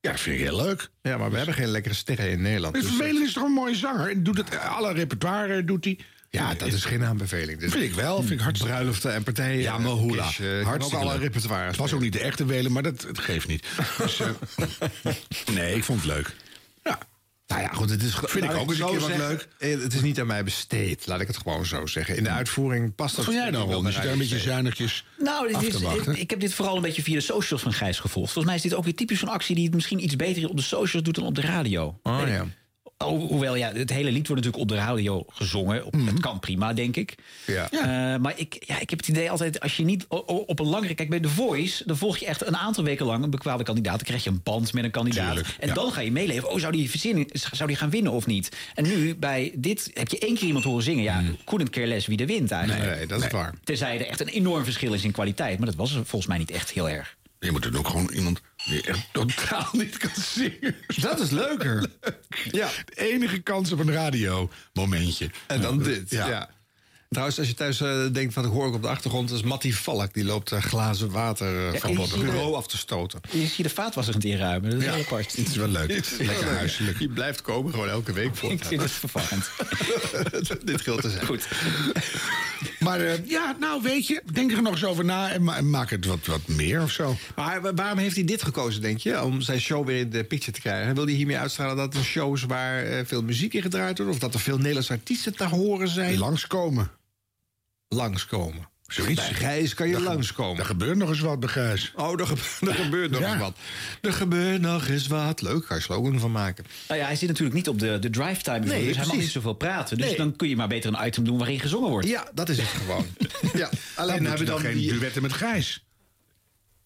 Ja, dat vind ik heel leuk.
Ja, maar we hebben geen lekkere sterren in Nederland.
Dus
dus-
Vermelen is toch een mooie zanger? En Doet het, eh, alle repertoire doet hij.
Ja, dat is geen aanbeveling.
Vind ik wel, vind ik hartstikke...
Bruiloften en partijen.
Ja, maar hoela.
Kies, eh, kan
Hartstikke
ook alle
leuk.
repertoire.
Het was ook niet de echte Welen, maar dat het geeft niet. Dus, eh, nee, ik vond het leuk.
Nou ja, goed, het is
Vind ik ook eens een keer wat
leuk. Eh, Het is niet aan mij besteed, laat ik het gewoon zo zeggen. In de uitvoering past dat.
Wat vond jij nou,
wel
Ron?
naar
Je zit daar met je
uitbesteed.
zuinigjes
Nou, dit
af
is,
te wachten.
ik, ik heb dit vooral een beetje via de socials van Gijs gevolgd. Volgens mij is dit ook weer typisch zo'n actie die het misschien iets beter op de socials doet dan op de radio.
Oh,
Weet ik.
ja.
Ho- hoewel, ja, het hele lied wordt natuurlijk op de radio gezongen. Op,
Mhm.
Het kan prima, denk ik.
Ja.
Eh, maar ik, ja, ik heb het idee altijd, als je niet o- o- op een langere... Kijk, bij The Voice, dan volg je echt een aantal weken lang een bekwame kandidaat. Dan krijg je een band met een kandidaat. en dan ga je meeleven. Oh, zou die, verzinnen, zou die gaan winnen of niet? En nu, bij dit, heb je één keer iemand horen zingen. Ja, couldn't care less wie er wint eigenlijk.
Hmm. Nee, nee, dat is waar.
Tenzij er echt een enorm verschil is in kwaliteit. Maar dat was er volgens mij niet echt heel erg.
Je moet er ook gewoon iemand die echt totaal niet kan zingen.
Dat is leuker. Ja.
De enige kans op een radio momentje. Nou,
En dan dit, ja. Trouwens, als je thuis eh, denkt van ik hoor ik op de achtergrond, dat is Matty Valk. Die loopt eh, glazen water eh,
Ja,
van
en
het
die-
bureau af te stoten.
Je ziet de vaatwasser aan het inruimen. Dat is heel apart.
Het is wel leuk. Lekker huiselijk.
Die blijft komen gewoon elke week voor.
Ik vind het vervangend.
Dit geldt dus te zijn.
Goed.
Maar eh, ja, nou weet je, denk er nog eens over na en, ma- en maak het wat, wat meer of zo.
Maar wa- waarom heeft hij dit gekozen, denk je? Om zijn show weer in de picture te krijgen. Wil hij hiermee uitstralen dat er shows waar eh, veel muziek in gedraaid wordt... of dat er veel Nederlandse artiesten te horen zijn?
Langskomen.
Langskomen.
Zoiets.
Bij Gijs kan je langskomen.
Er gebeurt nog eens wat bij Gijs.
Oh, er, gebe- er gebeurt nog
Ja.
eens wat. Er gebeurt nog eens wat. Leuk, ga je slogan van maken.
Nou ja, hij zit natuurlijk niet op de, de drive time. dus hij mag
precies.
niet zoveel praten. Dus
Nee.
dan kun je maar beter een item doen waarin gezongen wordt.
Ja, dat is het gewoon. ja,
Alleen
alleen
dan
hebben
hebben
we
dan
dan
geen
die-
duetten met Gijs.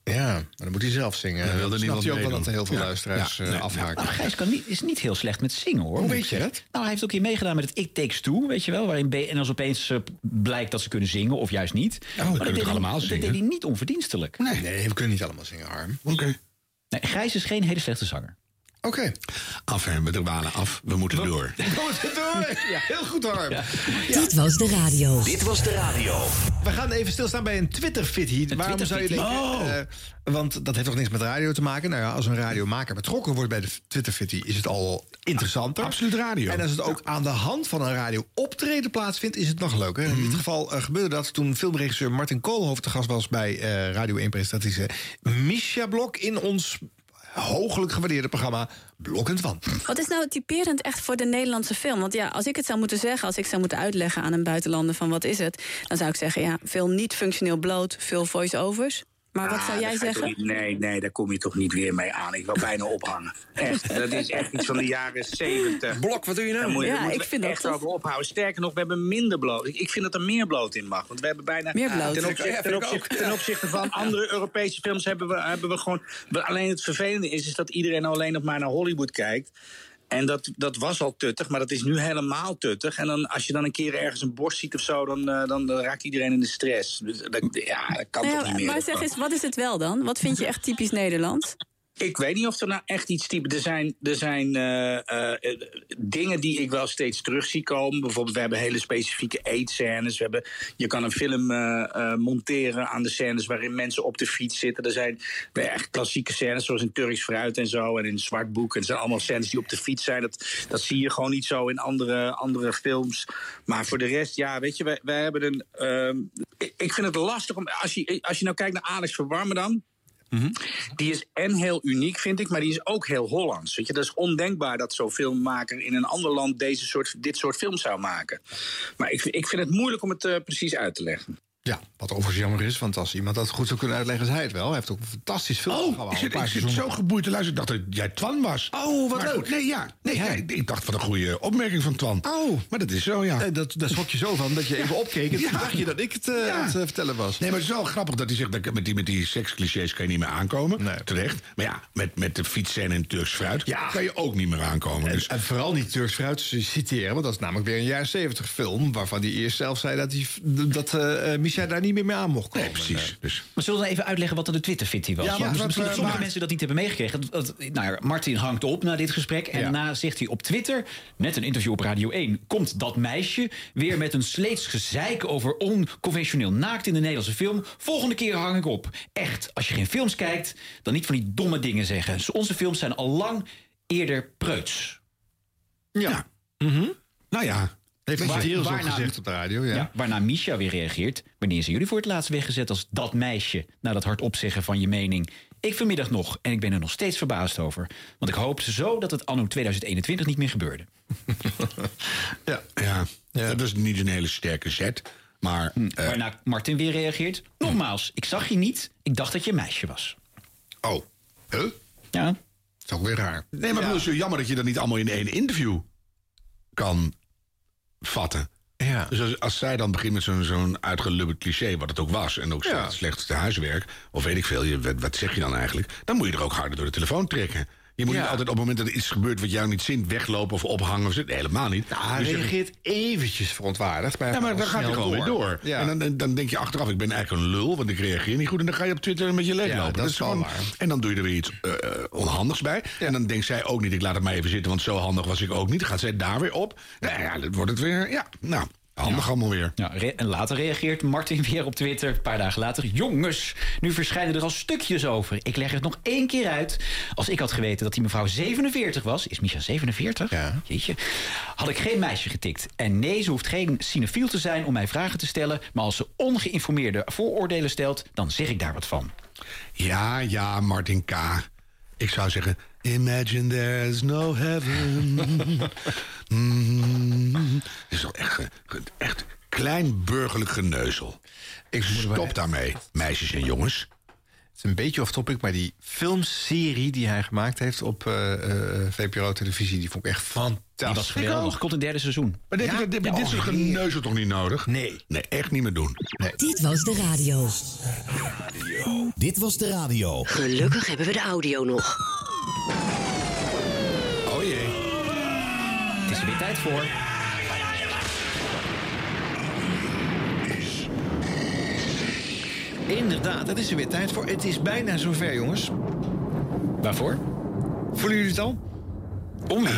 Ja, maar dan moet hij zelf zingen.
Dan wil er
Snapt
niemand
hij ook wel
meedoen.
dat heel veel
Ja.
luisteraars
Ja.
eh,
Nee.
afhaken.
Maar Nou, Gijs kan niet, is niet heel slecht met zingen, hoor.
Hoe
moet
weet
ik
je
zeggen.
dat?
Nou, hij heeft ook hier meegedaan met het It Takes Two, weet je wel. Waarin BN'ers opeens eh, blijkt dat ze kunnen zingen, of juist niet.
we kunnen
dat
toch
deed hij-
allemaal zingen?
Dat deed hij niet onverdienstelijk.
Nee. nee, we kunnen niet allemaal zingen, Harm.
Oké.
Nee, Gijs is geen hele slechte zanger.
Oké.
Af, hè, we dwalen af. We moeten door.
Heel goed, Harm.
Dit was de radio.
Dit was de radio.
We gaan even stilstaan bij een Twitter-fitty. Waarom zou je denken...
Twitter-fitty?
eh, want dat heeft toch niks met radio te maken? Nou ja, als een radiomaker betrokken wordt bij de Twitter-fitty... is het al interessanter.
Absoluut radio.
En als het ook aan de hand van een radio-optreden plaatsvindt... is het nog leuker. In
Mhm.
dit geval eh, gebeurde dat toen filmregisseur Martin Koolhoofd... te gast was bij eh, Radio 1-presentatrice Misha Blok... in ons hooglijk gewaardeerde programma Blok en Twan.
Wat is nou typerend echt voor de Nederlandse film? Want ja, als ik het zou moeten zeggen, als ik zou moeten uitleggen aan een buitenlander van wat is het, dan zou ik zeggen, ja, veel niet functioneel bloot, veel voice-overs. Maar wat
Ah,
zou jij
daar ga je toch
zeggen?
niet- nee, nee, daar kom je toch niet weer mee aan. Ik wil bijna ophangen. Echt, dat is echt iets van de jaren zeventig.
Blok, wat doe je nou?
ja,
ik
ik
vind
vind
dat
echt
toch-
over ophouden. Sterker nog, we hebben minder bloot. Ik, ik vind dat er meer bloot in mag. Want we hebben bijna...
Meer bloot.
Ten opzichte,
Ja, vind
ten
ik
opzichte,
ook.
ten opzichte van andere Europese films hebben we, hebben we gewoon... we- alleen het vervelende is, is dat iedereen alleen nog maar naar Hollywood kijkt. En dat, dat was al tuttig, maar dat is nu helemaal tuttig. En dan, als je dan een keer ergens een borst ziet of zo... dan, eh, dan, dan raakt iedereen in de stress. Dus dat, ja, dat kan
Nou ja,
toch niet meer.
maar zeg eens, wat is het wel dan? Wat vind je echt typisch Nederlands?
Ik weet niet of er nou echt iets type. Er zijn, er zijn eh, eh, eh, dingen die ik wel steeds terug zie komen. Bijvoorbeeld, we hebben hele specifieke eetscènes. We hebben, je kan een film eh, eh, monteren aan de scènes waarin mensen op de fiets zitten. Er zijn weer echt klassieke scènes, zoals in Turks Fruit en zo. En in Zwart Boek. En het zijn allemaal scènes die op de fiets zijn. Dat, dat zie je gewoon niet zo in andere, andere films. Maar voor de rest, ja, weet je, wij, wij hebben een. ehm, ik- ik vind het lastig om. Als je, als je nou kijkt naar Alex Verwarmen dan.
Mhm.
Die is en heel uniek, vind ik, maar die is ook heel Hollands. Weet je, dat is ondenkbaar dat zo'n filmmaker in een ander land deze soort, dit soort films zou maken. Maar ik, ik vind het moeilijk om het eh, precies uit te leggen.
Ja, wat overigens jammer is, want als iemand dat goed zou kunnen uitleggen, is hij het wel. Hij heeft ook een fantastisch filmprogramma.
Oh,
al
ik zit,
een
ik
paar
zit zo
seizoenen.
geboeid te luisteren. Ik dacht dat jij Twan was.
Oh, wat
Maar goed,
leuk.
Nee, ja. Nee,
Ja.
ja, ik- Ik dacht van een goede opmerking van Twan. Oh. Maar dat is zo, ja.
Eh, dat, daar schrok je zo van dat je even opkeek. En toen dacht je dat ik het, eh, aan het, eh, vertellen was.
Nee, maar het is wel grappig dat hij zegt... dat met die, met die seksclichés kan je niet meer aankomen. Terecht. Maar ja, met, met de fietsen en Turks fruit... kan je ook niet meer aankomen. Dus
En vooral niet Turks fruit citeren, want dat is namelijk weer een jaar 70 film. waarvan hij eerst zelf zei dat, hij, dat eh, eh, Micha daar niet meer mee aan mocht komen. Nee, precies.
Dus.
Maar zullen we dan even uitleggen wat er de Twitter-fitty was?
Ja,
Want dus
maar wat,
misschien
eh,
dat sommige
waar-
mensen dat niet hebben meegekregen. Dat, dat- nou ja, Martin hangt op na dit gesprek. En daarna zegt hij op Twitter, met een interview op Radio 1... komt dat meisje weer met een sleets gezeik over onconventioneel naakt in de Nederlandse film. Volgende keer hang ik op. Echt, als je geen films kijkt, dan niet van die domme dingen zeggen. Dus onze films zijn al lang eerder preuts.
Ja.
Nou ja.
Heeft
Mhm. Waar-
hij heel zo
waarna-
gezegd op de radio, ja.
waarna Misha weer reageert. Wanneer zijn jullie voor het laatst weggezet als dat meisje? Na dat hardop zeggen van je mening. Ik vanmiddag nog en ik ben er nog steeds verbaasd over. Want ik hoopte zo dat het anno 2021 niet meer gebeurde.
ja.
ja. dat is niet een hele sterke zet. Maar, eh,
Hm, Waarna Martin weer reageert. Nogmaals, ik zag je niet. Ik dacht dat je een meisje was.
Oh. Huh?
Ja. Dat
is ook weer raar. Nee, maar ik bedoel, het is zo jammer dat je dat niet allemaal in één interview kan vatten.
Ja.
Dus als, als zij dan begint met zo'n zo'n uitgelubberd cliché, wat het ook was... en ook slecht, slecht te huiswerk, of weet ik veel, je, wat, wat zeg je dan eigenlijk... dan moet je er ook harder door de telefoon trekken. Je moet niet altijd op het moment dat er iets gebeurt wat jou niet zint... weglopen of ophangen of zo. Nee, helemaal niet.
Nou, Hij
Dus je-
reageert eventjes verontwaardigd. Maar,
ja, maar dan gaat hij gewoon weer door. En dan- dan, dan denk je achteraf, ik ben eigenlijk een lul, want ik reageer niet goed. En dan ga je op Twitter met je leeg
Ja,
lopen. Dus
dat is wel waar.
En dan doe je er weer iets eh, eh, onhandigs bij. En dan denkt zij ook niet, ik laat het maar even zitten, want zo handig was ik ook niet. Dan gaat zij daar weer op. Nou ja, dat wordt het weer, ja, nou, handig allemaal weer.
Ja, re- en later reageert Martin weer op Twitter, een paar dagen later. Jongens, nu verschijnen er al stukjes over. Ik leg het nog één keer uit. Als ik had geweten dat die mevrouw 47 was... Is Micha 47? Ja. Jeetje. Had ik geen meisje getikt. En nee, ze hoeft geen cinefiel te zijn om mij vragen te stellen... maar als ze ongeïnformeerde vooroordelen stelt, dan zeg ik daar wat van.
Ja, ja, Martin K. Ik zou zeggen, imagine there's no heaven. Mm. Dit is toch echt, ge- ge- echt klein burgerlijk geneuzel. Ik stop daarmee, meisjes en jongens.
Het is een beetje off-topic, maar die filmserie die hij gemaakt heeft op eh eh, VPRO Televisie... die vond ik echt fantastisch.
Die was geweldig. Komt een derde seizoen.
Maar dit, dit, dit, dit soort geneuzel toch niet nodig? Nee. Nee, echt niet meer doen.
Dit was de radio.
Dit was de radio.
Gelukkig hebben we de audio nog.
Oh jee.
Het is er weer tijd voor.
Inderdaad, dat is er weer tijd voor. Het is bijna zover, jongens.
Waarvoor?
Voelen jullie het al? Ehm,
Om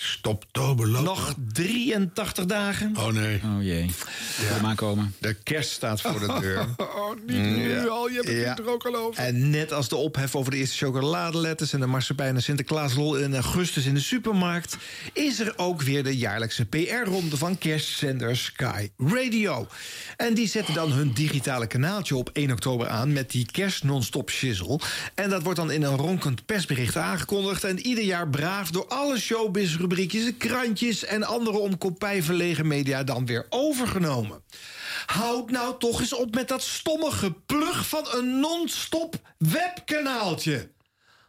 Stoptoberloop.
Nog 83 dagen.
Oh nee.
Oh jee. Kom aankomen.
De kerst staat voor de deur.
Oh, niet
Ja. Ja.
er ook al over.
En net als de ophef over de eerste chocoladeletters en de marsepein en Sinterklaasrol in augustus in de supermarkt, is er ook weer de jaarlijkse PR-ronde van kerstzender Sky Radio. En die zetten dan hun digitale kanaaltje op 1 oktober aan met die kerst non-stop shizzle. En dat wordt dan in een ronkend persbericht aangekondigd en ieder jaar braaf door alle showbiz-rubriekjes, de krantjes en andere om kopij verlegen media dan weer overgenomen. Houd nou toch eens op met dat stomme geplug van een non-stop webkanaaltje.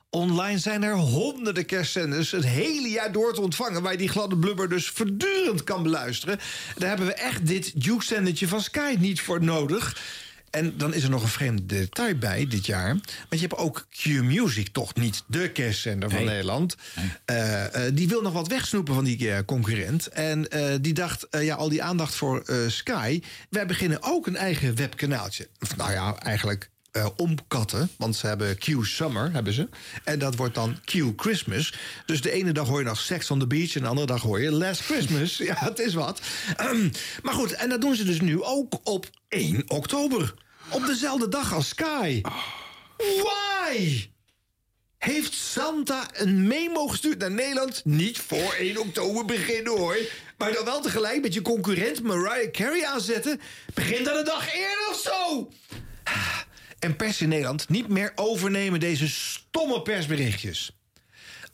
Online zijn er honderden kerstzenders het hele jaar door te ontvangen... waar je die gladde blubber dus voortdurend kan beluisteren. Daar hebben we echt dit Duke-zendertje van Sky niet voor nodig. En dan is er nog een vreemd detail bij dit jaar. Want je hebt ook Q-Music, toch niet de kerstzender van
Nee.
Nederland. Eh, eh, die wil nog wat wegsnoepen van die eh, concurrent. En eh, die dacht, eh, ja, al die aandacht voor eh, Sky... wij beginnen ook een eigen webkanaaltje. Of nou ja, eigenlijk eh, omkatten. Want ze hebben Q Summer, hebben ze. En dat wordt dan Q Christmas. Dus de ene dag hoor je nog Sex on the Beach... en de andere dag hoor je Last Christmas. Ja, het is wat. Ehm, maar goed, en dat doen ze dus nu ook op 1 oktober. Op dezelfde dag als Sky. Why? Heeft Santa een memo gestuurd naar Nederland? Niet voor 1 oktober beginnen hoor. Maar dan wel tegelijk met je concurrent Mariah Carey aanzetten. Begin dan een dag eerder of zo! En pers in Nederland niet meer overnemen deze stomme persberichtjes.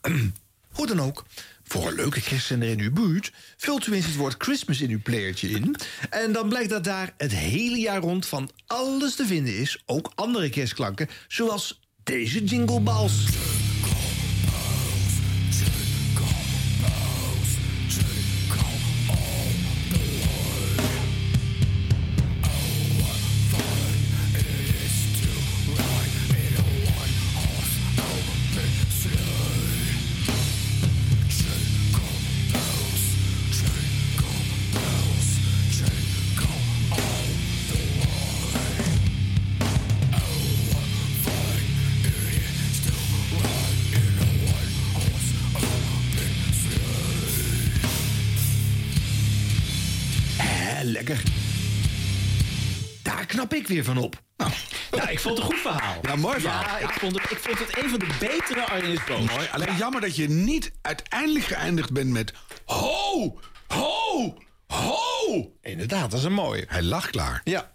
Hoe dan ook, voor een leuke christener in uw buurt... vult u eens het woord Christmas in uw playertje in... en dan blijkt dat daar het hele jaar rond van alles te vinden is... ook andere kerstklanken, zoals deze Jingle Balls. Hè, Eh, lekker. Daar knap ik weer van op.
Nou, ik vond het een goed verhaal.
Ja, mooi verhaal.
Ja, ik, vond het, ik vond het een van de betere Arjen Boos.
Mooi. Alleen jammer dat je niet uiteindelijk geëindigd bent met... Ho! Ho! Ho!
Inderdaad, dat is een mooie.
Hij lag klaar.
Ja.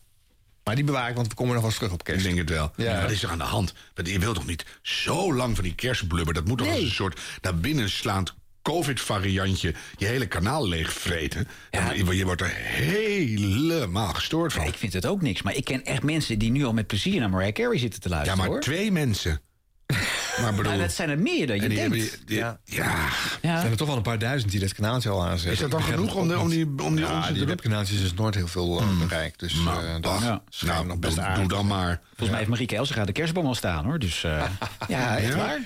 Maar die bewaar ik, want we komen nog wel eens terug op kerst.
Ik denk het wel.
Ja.
Wat is er aan de hand? Want je wilt toch niet zo lang van die kerstblubber... dat moet toch als een soort naar binnen slaand covid-variantje... je hele kanaal leegvreten. En Je, je wordt er helemaal gestoord van.
Ik vind het ook niks, maar ik ken echt mensen die nu al met plezier naar Mariah Carey zitten te luisteren.
Ja, maar
hoor.
twee mensen. maar bedoel...
Nou, dat zijn er meer dan je
En die
denkt.
hebben- die- ja.
Er zijn er toch wel een paar duizend die dat kanaaltje al aanzetten.
Is dat dan
Ik begrijp
genoeg om
het ook
de- om die-
niet.
om die
ja, die
onzin te doen?
webkanaaltjes is nooit heel veel eh, bereikt. Dus
Nou,
eh, dat
bah.
ja.
Nou,
nog best
doe-
aardig.
doe dan maar.
Volgens mij heeft Marieke Elzega de kerstboom al staan, hoor. Dus eh, ja, echt
Ja.
waar.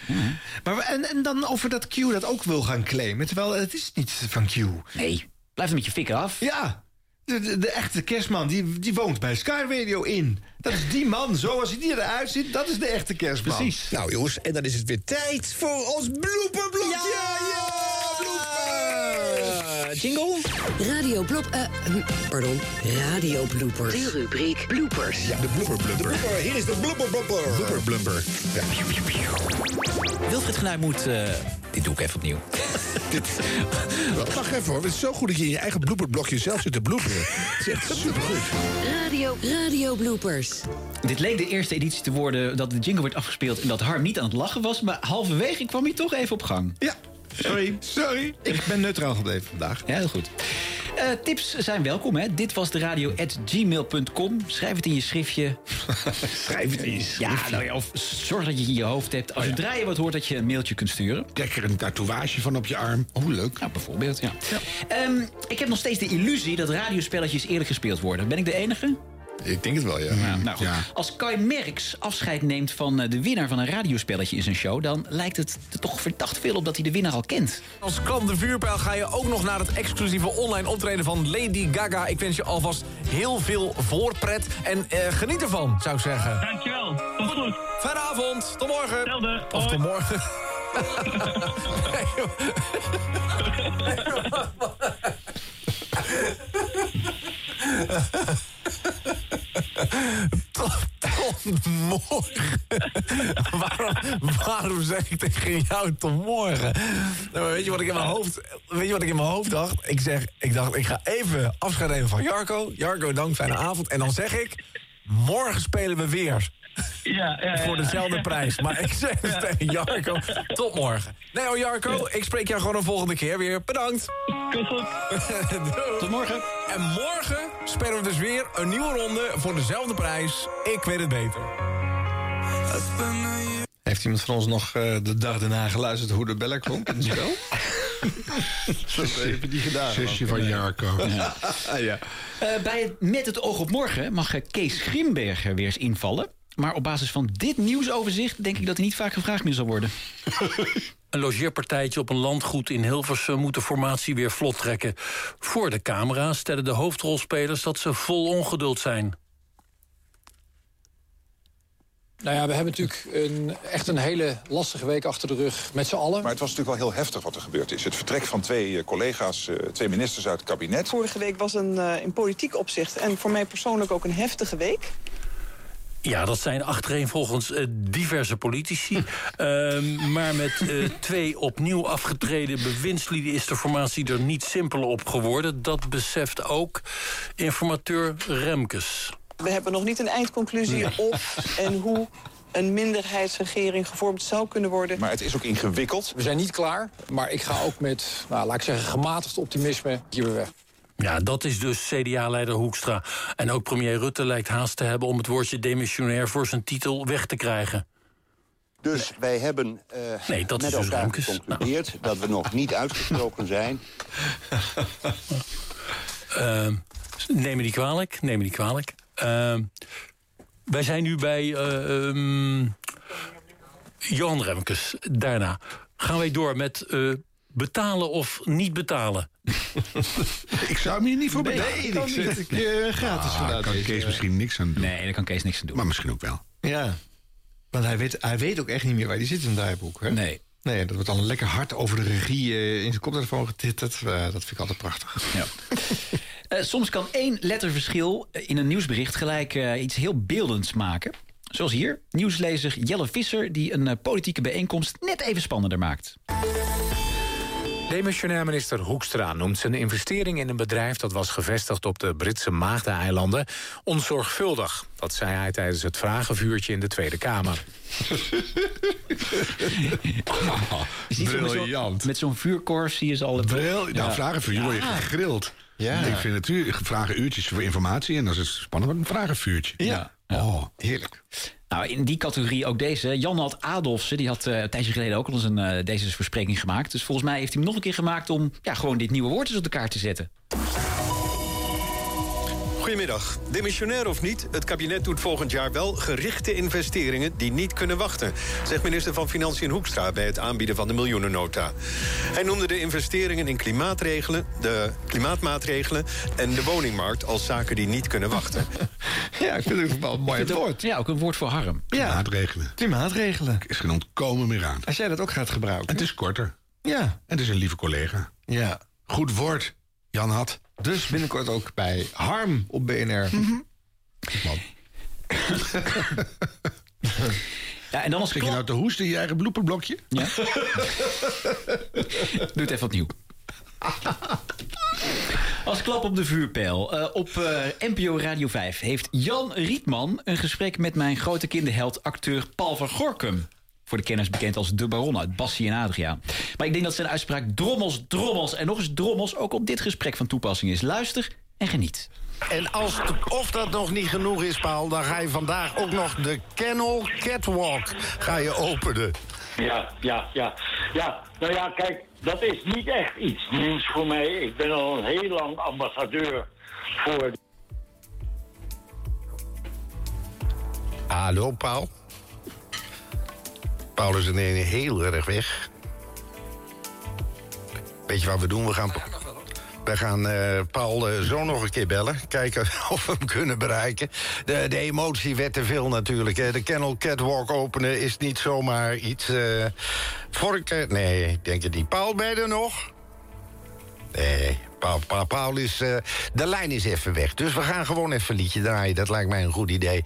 Maar we- en, en dan over dat Q dat ook wil gaan claimen. Terwijl het is niet van Q.
Nee, blijf er met je fikken af.
Ja, de, de, de echte kerstman die, die woont bij Sky Radio in. Dat is die man, zoals hij eruit ziet, dat is de echte kerstman.
Precies.
Nou jongens, en dan is het weer tijd voor ons bloeperblokje. Ja,
eh,
jingle.
Radio blop... eh, hm, pardon. Radio bloopers. De rubriek bloopers.
Ja, de blooper blumper.
hier is de blooper
Blooper blumper.
Wilfried Genuij moet... eh, dit doe ik even opnieuw.
Wacht even hoor, het is zo goed dat je in je eigen bloeperblokje zelf zit te bloeperen. Het is echt supergoed.
Radio, radio bloopers.
Dit leek de eerste editie te worden dat de jingle werd afgespeeld... en dat Harm niet aan het lachen was, maar halverwege kwam hij toch even op gang.
Ja, sorry. Sorry. Ik ben neutraal gebleven vandaag.
Ja, heel goed. Eh, tips zijn welkom, hè. Dit was de radio at gmail.com. Schrijf het in je schriftje.
Schrijf het in je Oh
Ja, nou ja, of zorg dat je het in je hoofd hebt. Als zodra je wat hoort, dat je een mailtje kunt sturen.
Kijk er een tatoeage van op je arm.
Oh, leuk.
Ja, bijvoorbeeld, ja. Ehm, ik heb nog steeds de illusie dat radiospelletjes eerlijk gespeeld worden. Ben ik de enige?
Ik denk het wel, ja.
Ja, nou goed. Als Kai Merks afscheid neemt van eh, de winnaar van een radiospelletje in zijn show... dan lijkt het er toch verdacht veel op dat hij de winnaar al kent.
Als klant de vuurpijl ga je ook nog naar het exclusieve online optreden van Lady Gaga. Ik wens je alvast heel veel voorpret en eh, geniet ervan, zou ik zeggen.
Dankjewel, tot goed.
Fijne avond, tot morgen. Of tot morgen. Nee, joh. Nee, joh. Tot, tot morgen. waarom, waarom zeg ik tegen jou tot morgen? Nou, weet, je wat ik in mijn hoofd, weet je wat ik in mijn hoofd dacht? Ik, zeg, ik dacht, ik ga even afscheid nemen van Jarko. Jarko, dank, fijne avond. En dan zeg ik, morgen spelen we weer.
Ja, ja, ja.
Voor dezelfde prijs. Maar ik zeg het tegen Jarko, tot morgen. Nee hoor Jarko, ik spreek jou gewoon een volgende keer weer. Bedankt.
Tot morgen.
En morgen spelen we dus weer een nieuwe ronde voor dezelfde prijs. Ik weet het beter.
Heeft iemand van ons nog eh, de dag daarna geluisterd hoe de beller klonk in het spel? dat hebben die gedaan.
Zusje van Jarko.
Eh,
ja.
bij het Met het oog op morgen mag eh, Kees Grimberger weer eens invallen. Maar op basis van dit nieuwsoverzicht denk ik dat hij niet vaak gevraagd meer zal worden.
Een logeerpartijtje op een landgoed in Hilversum moet de formatie weer vlot trekken. Voor de camera stellen de hoofdrolspelers dat ze vol ongeduld zijn.
Nou ja, we hebben natuurlijk een, echt een hele lastige week achter de rug met z'n allen.
Maar het was natuurlijk wel heel heftig wat er gebeurd is. Het vertrek van twee eh, collega's, eh, twee ministers uit het kabinet.
Vorige week was een eh, in politiek opzicht en voor mij persoonlijk ook een heftige week.
Ja, dat zijn achtereenvolgens volgens eh, diverse politici. Ehm, maar met eh, twee opnieuw afgetreden bewindslieden... is de formatie er niet simpeler op geworden. Dat beseft ook informateur Remkes.
We hebben nog niet een eindconclusie of en hoe een minderheidsregering gevormd zou kunnen worden.
Maar het is ook ingewikkeld.
We zijn niet klaar, maar ik ga ook met, nou, laat ik zeggen, gematigd optimisme hier weer weg.
Ja, dat is dus CDA-leider Hoekstra. En ook premier Rutte lijkt haast te hebben... om het woordje demissionair voor zijn titel weg te krijgen.
Dus wij hebben eh,
Nee, dat
met
is dus
elkaar
Remkes.
geconcludeerd dat we nog niet uitgesproken zijn.
Ehm, neem me niet kwalijk, neem me niet kwalijk. Ehm, wij zijn nu bij eh, ehm, Johan Remkes. Daarna gaan wij door met eh, betalen of niet betalen.
ik zou hem hier niet voor
Nee,
betalen.
ik kan niet. Ik, eh, gratis
Ah,
gedaan
kan
deze,
Kees
eh.
misschien niks aan doen.
Nee, daar kan Kees niks aan doen.
Maar misschien ook wel.
Ja. Want hij weet, hij weet ook echt niet meer waar hij zit in het draaiboek. Hè?
Nee.
Nee, dat wordt dan lekker hard over de regie eh, in zijn koptelefoon getitterd. Eh, dat vind ik altijd prachtig.
Ja. Eh, soms kan één letterverschil eh, in een nieuwsbericht gelijk eh, iets heel beeldends maken. Zoals hier, nieuwslezer Jelle Visser... die een eh, politieke bijeenkomst net even spannender maakt.
Demissionair minister Hoekstra noemt zijn investering in een bedrijf dat was gevestigd op de Britse Maagdeneilanden onzorgvuldig. Dat zei hij tijdens het vragenvuurtje in de Tweede Kamer.
Je ziet ze met zo'n- Met zo'n vuurkorf zie je ze al...
Bril, nou, vragen voor jullie
Ja.
gegrild.
Ja.
Ik vind natuurlijk vragen uurtjes voor informatie en dat is spannend, maar een vragenvuurtje.
Ja.
Oh, heerlijk.
Nou, in die categorie ook deze. Jan had Adolfsen, die had eh, een tijdje geleden ook al eens een, eh, deze verspreking gemaakt. Dus volgens mij heeft hij hem nog een keer gemaakt om ja, gewoon dit nieuwe woord eens op de kaart te zetten.
Goedemiddag. Demissionair of niet, het kabinet doet volgend jaar wel gerichte investeringen die niet kunnen wachten, zegt minister van Financiën Hoekstra bij het aanbieden van de miljoenennota. Hij noemde de investeringen in klimaatregelen, de klimaatmaatregelen en de woningmarkt als zaken die niet kunnen wachten.
Ja, ik vind het wel een mooi woord.
Ja, ook een woord voor Harm.
Klimaatregelen.
Klimaatregelen.
Er is geen ontkomen meer aan.
Als jij dat ook gaat gebruiken.
Het is korter.
Ja. En
het is een lieve collega.
Ja.
Goed woord, Jan had.
Dus binnenkort ook bij Harm op BNR.
Mhm.
Man.
Ja, en dan als
Zit je nou te hoesten in je eigen bloeperblokje?
Ja. Doe het even opnieuw. Als klap op de vuurpijl. eh, op eh, NPO Radio 5 heeft Jan Rietman een gesprek met mijn grote kinderheld acteur Paul van Gorkum. Voor de kenners bekend als de baron uit Bassie en Adria. Maar ik denk dat zijn uitspraak drommels, drommels en nog eens drommels ook op dit gesprek van toepassing is. Luister en geniet.
En als t- of dat nog niet genoeg is, Paul, dan ga je vandaag ook nog de Kennel Catwalk ga je openen.
Ja, ja, ja. Ja, nou ja, kijk, dat is niet echt iets nieuws voor mij. Ik ben al een heel lang ambassadeur voor...
Hallo, Paul. Paul is ineens heel erg weg. Weet je wat we doen? We gaan, we gaan eh, Paul eh, zo nog een keer bellen. Kijken of we hem kunnen bereiken. De, de emotie werd te veel natuurlijk. Hè. De Kennel Catwalk openen is niet zomaar iets... eh vorken... Nee, ik denk het niet. Paul, ben je er nog? Nee, Paul, Paul, Paul is... eh, de lijn is even weg. Dus we gaan gewoon even een liedje draaien. Dat lijkt mij een goed idee.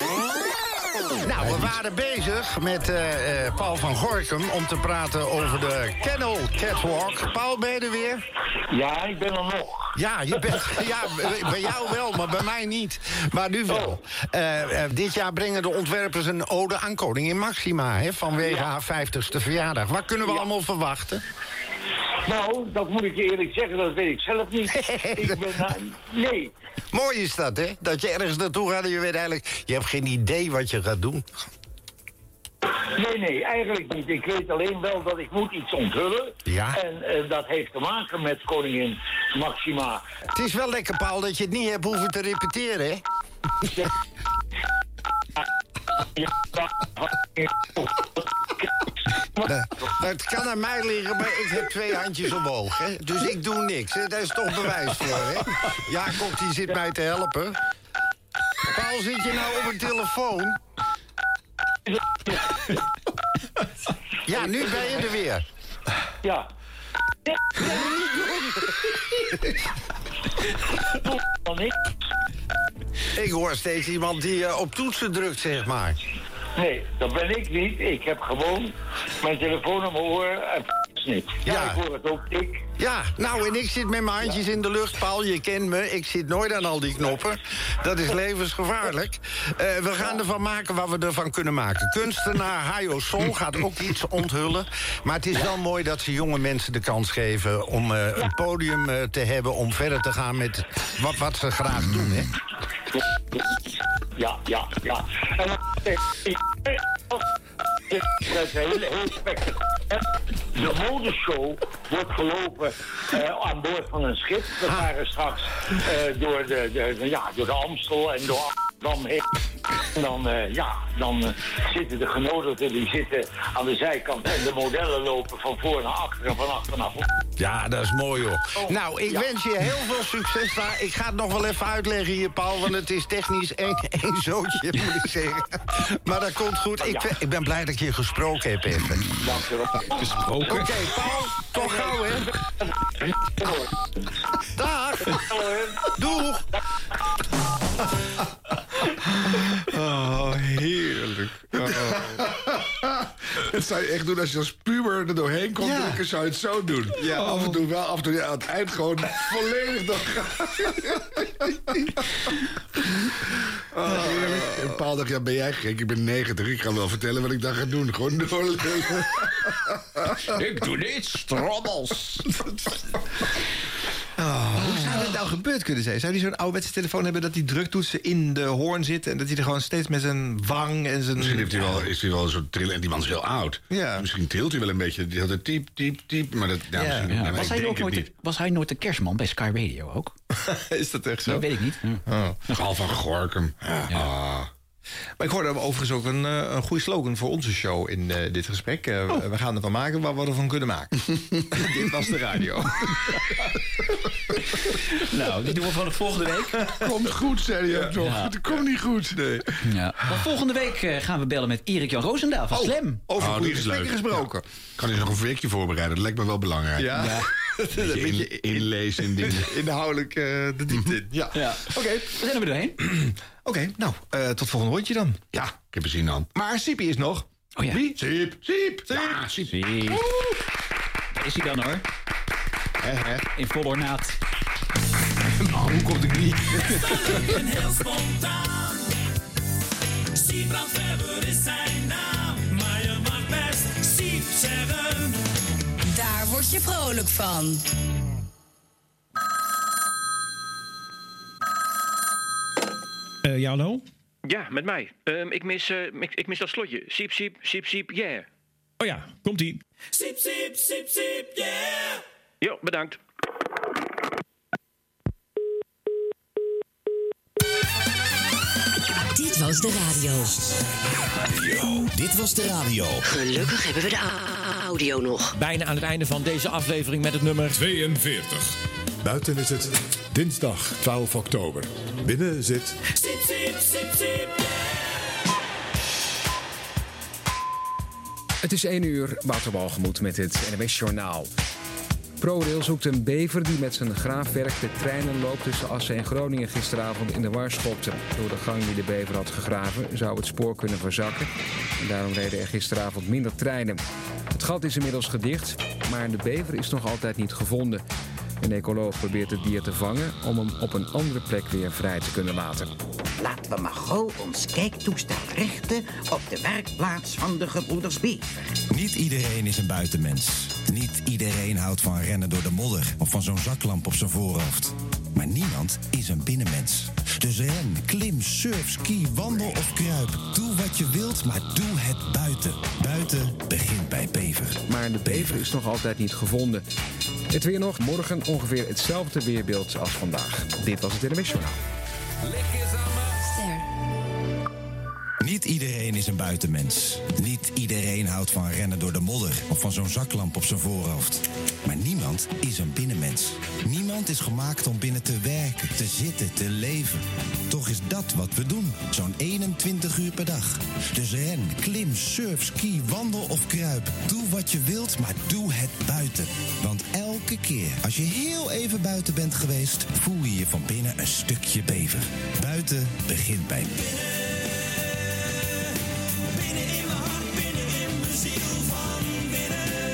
Nou, we waren bezig met eh, eh, Paul van Gorkum om te praten over de Kennel Catwalk. Paul, ben je er weer? Ja, ik ben er nog. Ja, je bent, ja bij- bij jou wel, maar bij mij niet. Maar nu wel.
Oh.
Eh, eh, dit jaar brengen de ontwerpers een ode aan koningin Maxima... Hè, vanwege haar 50ste verjaardag. Wat kunnen we allemaal verwachten?
Nou, dat moet ik je eerlijk zeggen, dat weet ik zelf niet. ik ben... eh, nee,
Mooi is dat, hè? Dat je ergens naartoe gaat en je weet eigenlijk... je hebt geen idee wat je gaat doen.
nee, nee, eigenlijk niet. Ik weet alleen wel dat ik moet iets onthullen.
Ja.
En eh, dat heeft te maken met koningin Maxima.
Het is wel lekker, Paul, dat je het niet hebt hoeven te repeteren, hè? Nou, Dat kan aan mij liggen, maar ik heb twee handjes omhoog. Hè? Dus ik doe niks. Hè? Daar is toch bewijs voor. Hè? Jacob die zit mij te helpen. Paul, zit je nou op een telefoon? Ja, nu ben je er weer.
Ja.
Ik hoor steeds iemand die eh, op toetsen drukt, zeg maar.
Nee, dat ben ik niet. Ik heb gewoon mijn telefoon aan mijn oor en niet. Ja,
Ja.
ik hoor het ook. Ik.
Ja, nou, en ik zit met mijn handjes in de lucht, Paul. Je kent me, ik zit nooit aan al die knoppen. Dat is levensgevaarlijk. Eh, we gaan ervan maken wat we ervan kunnen maken. Kunstenaar Hayo Sol gaat ook iets onthullen. Maar het is wel mooi dat ze jonge mensen de kans geven... om eh, een podium eh, te hebben om verder te gaan met wat, wat ze graag doen, hè?
Ja, ja, ja. En dan dat is een hele, hele spectakel. De modeshow wordt gelopen eh, aan boord van een schip. We waren straks eh, door, de, de, de- ja, door de Amstel en door Amsterdam heen. En dan, eh, ja, dan eh, zitten de genodigden die zitten aan de zijkant. En de modellen lopen van voor naar achter en van achter naar voor.
Ja, dat is mooi, hoor.
Oh.
Nou, ik wens je heel veel succes daar. Ik ga het nog wel even uitleggen hier, Paul, want het is technisch één één zootje, moet ik zeggen. Maar dat komt goed. Ik, ben- ik ben blij dat ik je gesproken heb even. Gesproken? Oké, Paul, tot gauw, hè. Dag. Doeg.
Oh, heerlijk. dat zou je echt doen als je als puber er doorheen komt
Ja.
drukken, zou je het zo doen. Af en toe wel, af en toe ja, aan het eind gewoon volledig doorgaan. Oh,
Ah,
heerlijk. En Paul dacht, ja, ben jij gek? Ik ben 90, ik ga wel vertellen wat ik dan ga doen. Gewoon doorleuken.
Ik doe niets, trommels.
Hoe zou dit nou gebeurd kunnen zijn? Zou die zo'n ouderwetse telefoon hebben dat die druktoetsen in de hoorn zitten... en dat hij er gewoon steeds met zijn wang en zijn...
Misschien heeft hij wel, is hij wel een soort trillen. En die man is heel oud. Misschien trilt hij wel een beetje. Die had het typ, typ, typ. Maar dat, nou, misschien, maar
Was,
ik
hij
denk
ook
het
nooit
niet.
de, was hij nooit de kerstman bij Sky Radio ook?
Is dat echt zo?
Dat weet ik niet.
Gal van Gorkum. Ah.
Oh. Maar ik hoorde overigens ook een, eh, een goede slogan voor onze show in eh, dit gesprek. Eh,
Oh.
We gaan het wel maken waar we ervan kunnen maken. dit was de radio.
nou, die doen we vanaf volgende week.
Komt goed, zei hij ook nog.
Ja.
Het komt niet goed, nee.
Ja. Maar volgende week eh, gaan we bellen met Erik Jan Roosendaal van Slam.
Oh, die is leuk. Ja. Kan hij nog een weekje voorbereiden? Dat lijkt me wel belangrijk.
Ja. Ja.
Beetje in- inlezen in dingen.
Inhoudelijk eh, de diepte in. Ja. Oké.
We zijn er weer doorheen.
Oké, nou, eh, tot volgende rondje dan.
Ja, ik heb er zin aan.
Maar Sipi is nog.
Oh ja.
Wie?
Siep, Siep, Siep. Ja, Ah,
Siep. Daar is hij dan hoor. In vol ornaat.
hoe komt ik niet?
Heel spontaan. Siebrand Weber is zijn naam. Maar je mag best Siep zeggen.
Daar word je vrolijk van.
Eh, ja, hallo?
Ja, met mij. Ehm, ik, mis, eh, ik, ik mis dat slotje. Siep, siep, siep, siep, yeah.
Oh ja, komt-ie.
Siep, siep, siep, siep, yeah.
Jo, bedankt.
Dit was de radio.
Dit was de radio.
Gelukkig hebben we de a- audio nog.
Bijna aan het einde van deze aflevering met het nummer 42.
Buiten is het dinsdag 12 oktober. Binnen zit
Siep, siep, siep, siep,
Het is 1 uur, waterbalgemoed met het NWS Journaal. ProRail zoekt een bever die met zijn graafwerk de treinenloop tussen Assen en Groningen gisteravond in de war schopte. Door de gang die de bever had gegraven zou het spoor kunnen verzakken. En daarom reden er gisteravond minder treinen. Het gat is inmiddels gedicht, maar de bever is nog altijd niet gevonden. Een ecoloog probeert het dier te vangen om hem op een andere plek weer vrij te kunnen laten.
Laten we maar gauw ons kijktoestel richten op de werkplaats van de gebroeders Bever.
Niet iedereen is een buitenmens. Niet iedereen houdt van rennen door de modder of van zo'n zaklamp op zijn voorhoofd. Maar niemand is een binnenmens. Dus ren, klim, surf, ski, wandel of kruip. Doe wat je wilt, maar doe het buiten. Buiten begint bij Bever.
Maar de bever is nog altijd niet gevonden. Het weer nog, morgen ongeveer hetzelfde weerbeeld als vandaag. Dit was het NMS Journaal.
Ster.
Niet iedereen is een buitenmens. Niet iedereen houdt van rennen door de modder of van zo'n zaklamp op zijn voorhoofd. Maar niemand is een binnenmens. Niemand is gemaakt om binnen te werken, te zitten, te leven. Toch is dat wat we doen, zo'n 21 uur per dag. Dus ren, klim, surf, ski, wandel of kruip. Doe wat je wilt, maar doe het buiten. Want elke keer als je heel even buiten bent geweest, voel je je van binnen een stukje beter. Buiten begint bij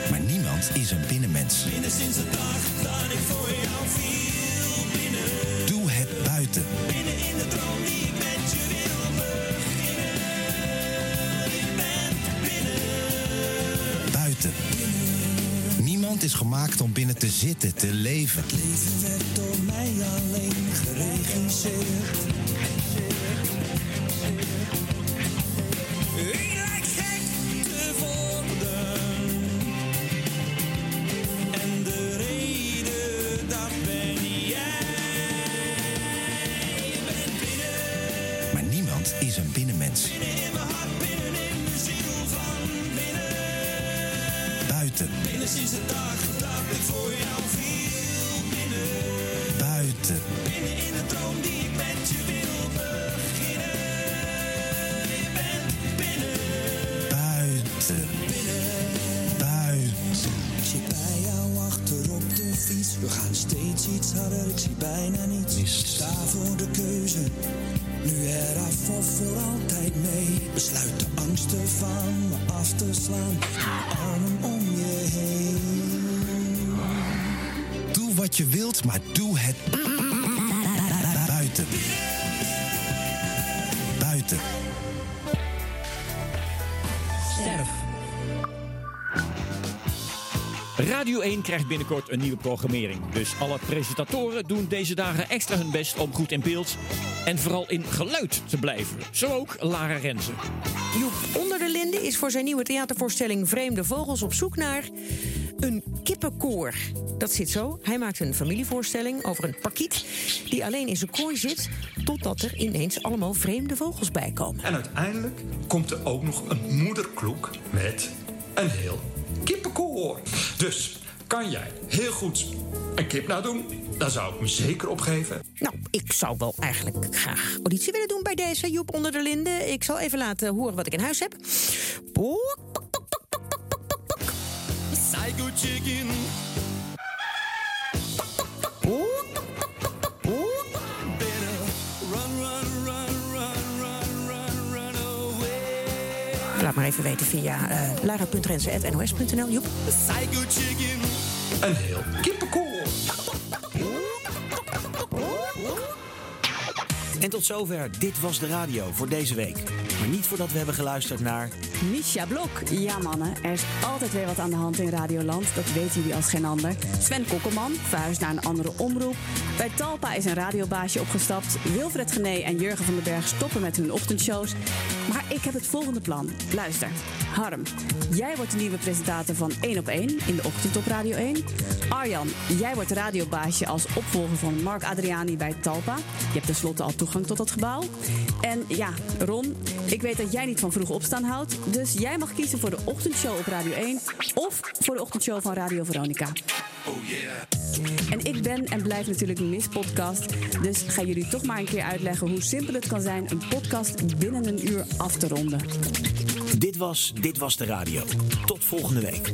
Maar niemand is een binnenmens. Doe het buiten. Buiten. Niemand is gemaakt om binnen te zitten, te leven.
Leven werd door mij alleen geregenseerd. Ik raak gek te worden. En de reden, dat ben jij. Je bent binnen
Maar niemand is een binnenmens.
in mijn hart, binnen in mijn ziel van binnen.
Buiten.
Binnen sinds de dag dat ik voor jou viel. Binnen.
Buiten.
Binnen in de droom die ik met je wil beginnen. Je bent binnen,
Buiten.
buiten. Ik zit bij jou achter op de fiets. We gaan steeds iets harder, ik zie bijna niets. Ik sta voor de keuze. Nu eraf of voor altijd mee. Besluit de angsten van me af te slaan. Armen om je heen.
Doe wat je wilt, maar doe het buiten. Buiten.
Sterf. Radio 1 krijgt binnenkort een nieuwe programmering. Dus alle presentatoren doen deze dagen extra hun best om goed in beeld en vooral in geluid te blijven. Zo ook Lara Rensen.
Joep Onder de Linden is voor zijn nieuwe theatervoorstelling Vreemde Vogels op zoek naar een kippenkoor. Dat zit zo. Hij maakt een familievoorstelling over een parkiet die alleen in zijn kooi zit, totdat er ineens allemaal vreemde vogels bij komen.
En uiteindelijk komt er ook nog een moederkloek met een heel kippenkoor. Dus kan jij heel goed een kip nadoen? Dan zou ik me zeker opgeven.
Nou, ik zou wel eigenlijk graag auditie willen doen bij deze Joep onder de linden. Ik zal even laten horen wat ik in huis heb. Poek, poek, poek, poek, poek, poek, poek, poek.
Psycho chicken.
Laat maar even weten via eh lara.rensen.nos.nl. Joep.
Psycho chicken. Een heel kippenkoor.
En tot zover Dit Was De Radio voor deze week. Maar niet voordat we hebben geluisterd naar...
Misha Blok. Ja, mannen, er is altijd weer wat aan de hand in Radioland. Dat weten jullie als geen ander. Sven Kokkelman verhuisd naar een andere omroep. Bij Talpa is een radiobaasje opgestapt. Wilfred Gené en Jurgen van den Berg stoppen met hun ochtendshows. Maar ik heb het volgende plan. Luister. Harm, jij wordt de nieuwe presentator van 1 op 1 in de ochtend op Radio 1. Arjan, jij wordt radiobaasje als opvolger van Mark Adriani bij Talpa. Je hebt tenslotte al toegang tot dat gebouw. En ja, Ron, ik weet dat jij niet van vroeg opstaan houdt. Dus jij mag kiezen voor de ochtendshow op Radio 1 of voor de ochtendshow van Radio Veronica.
Oh yeah.
En ik ben en blijf natuurlijk een mispodcast. Dus ga jullie toch maar een keer uitleggen hoe simpel het kan zijn een podcast binnen een uur af te ronden.
Dit was Dit Was De Radio. Tot volgende week.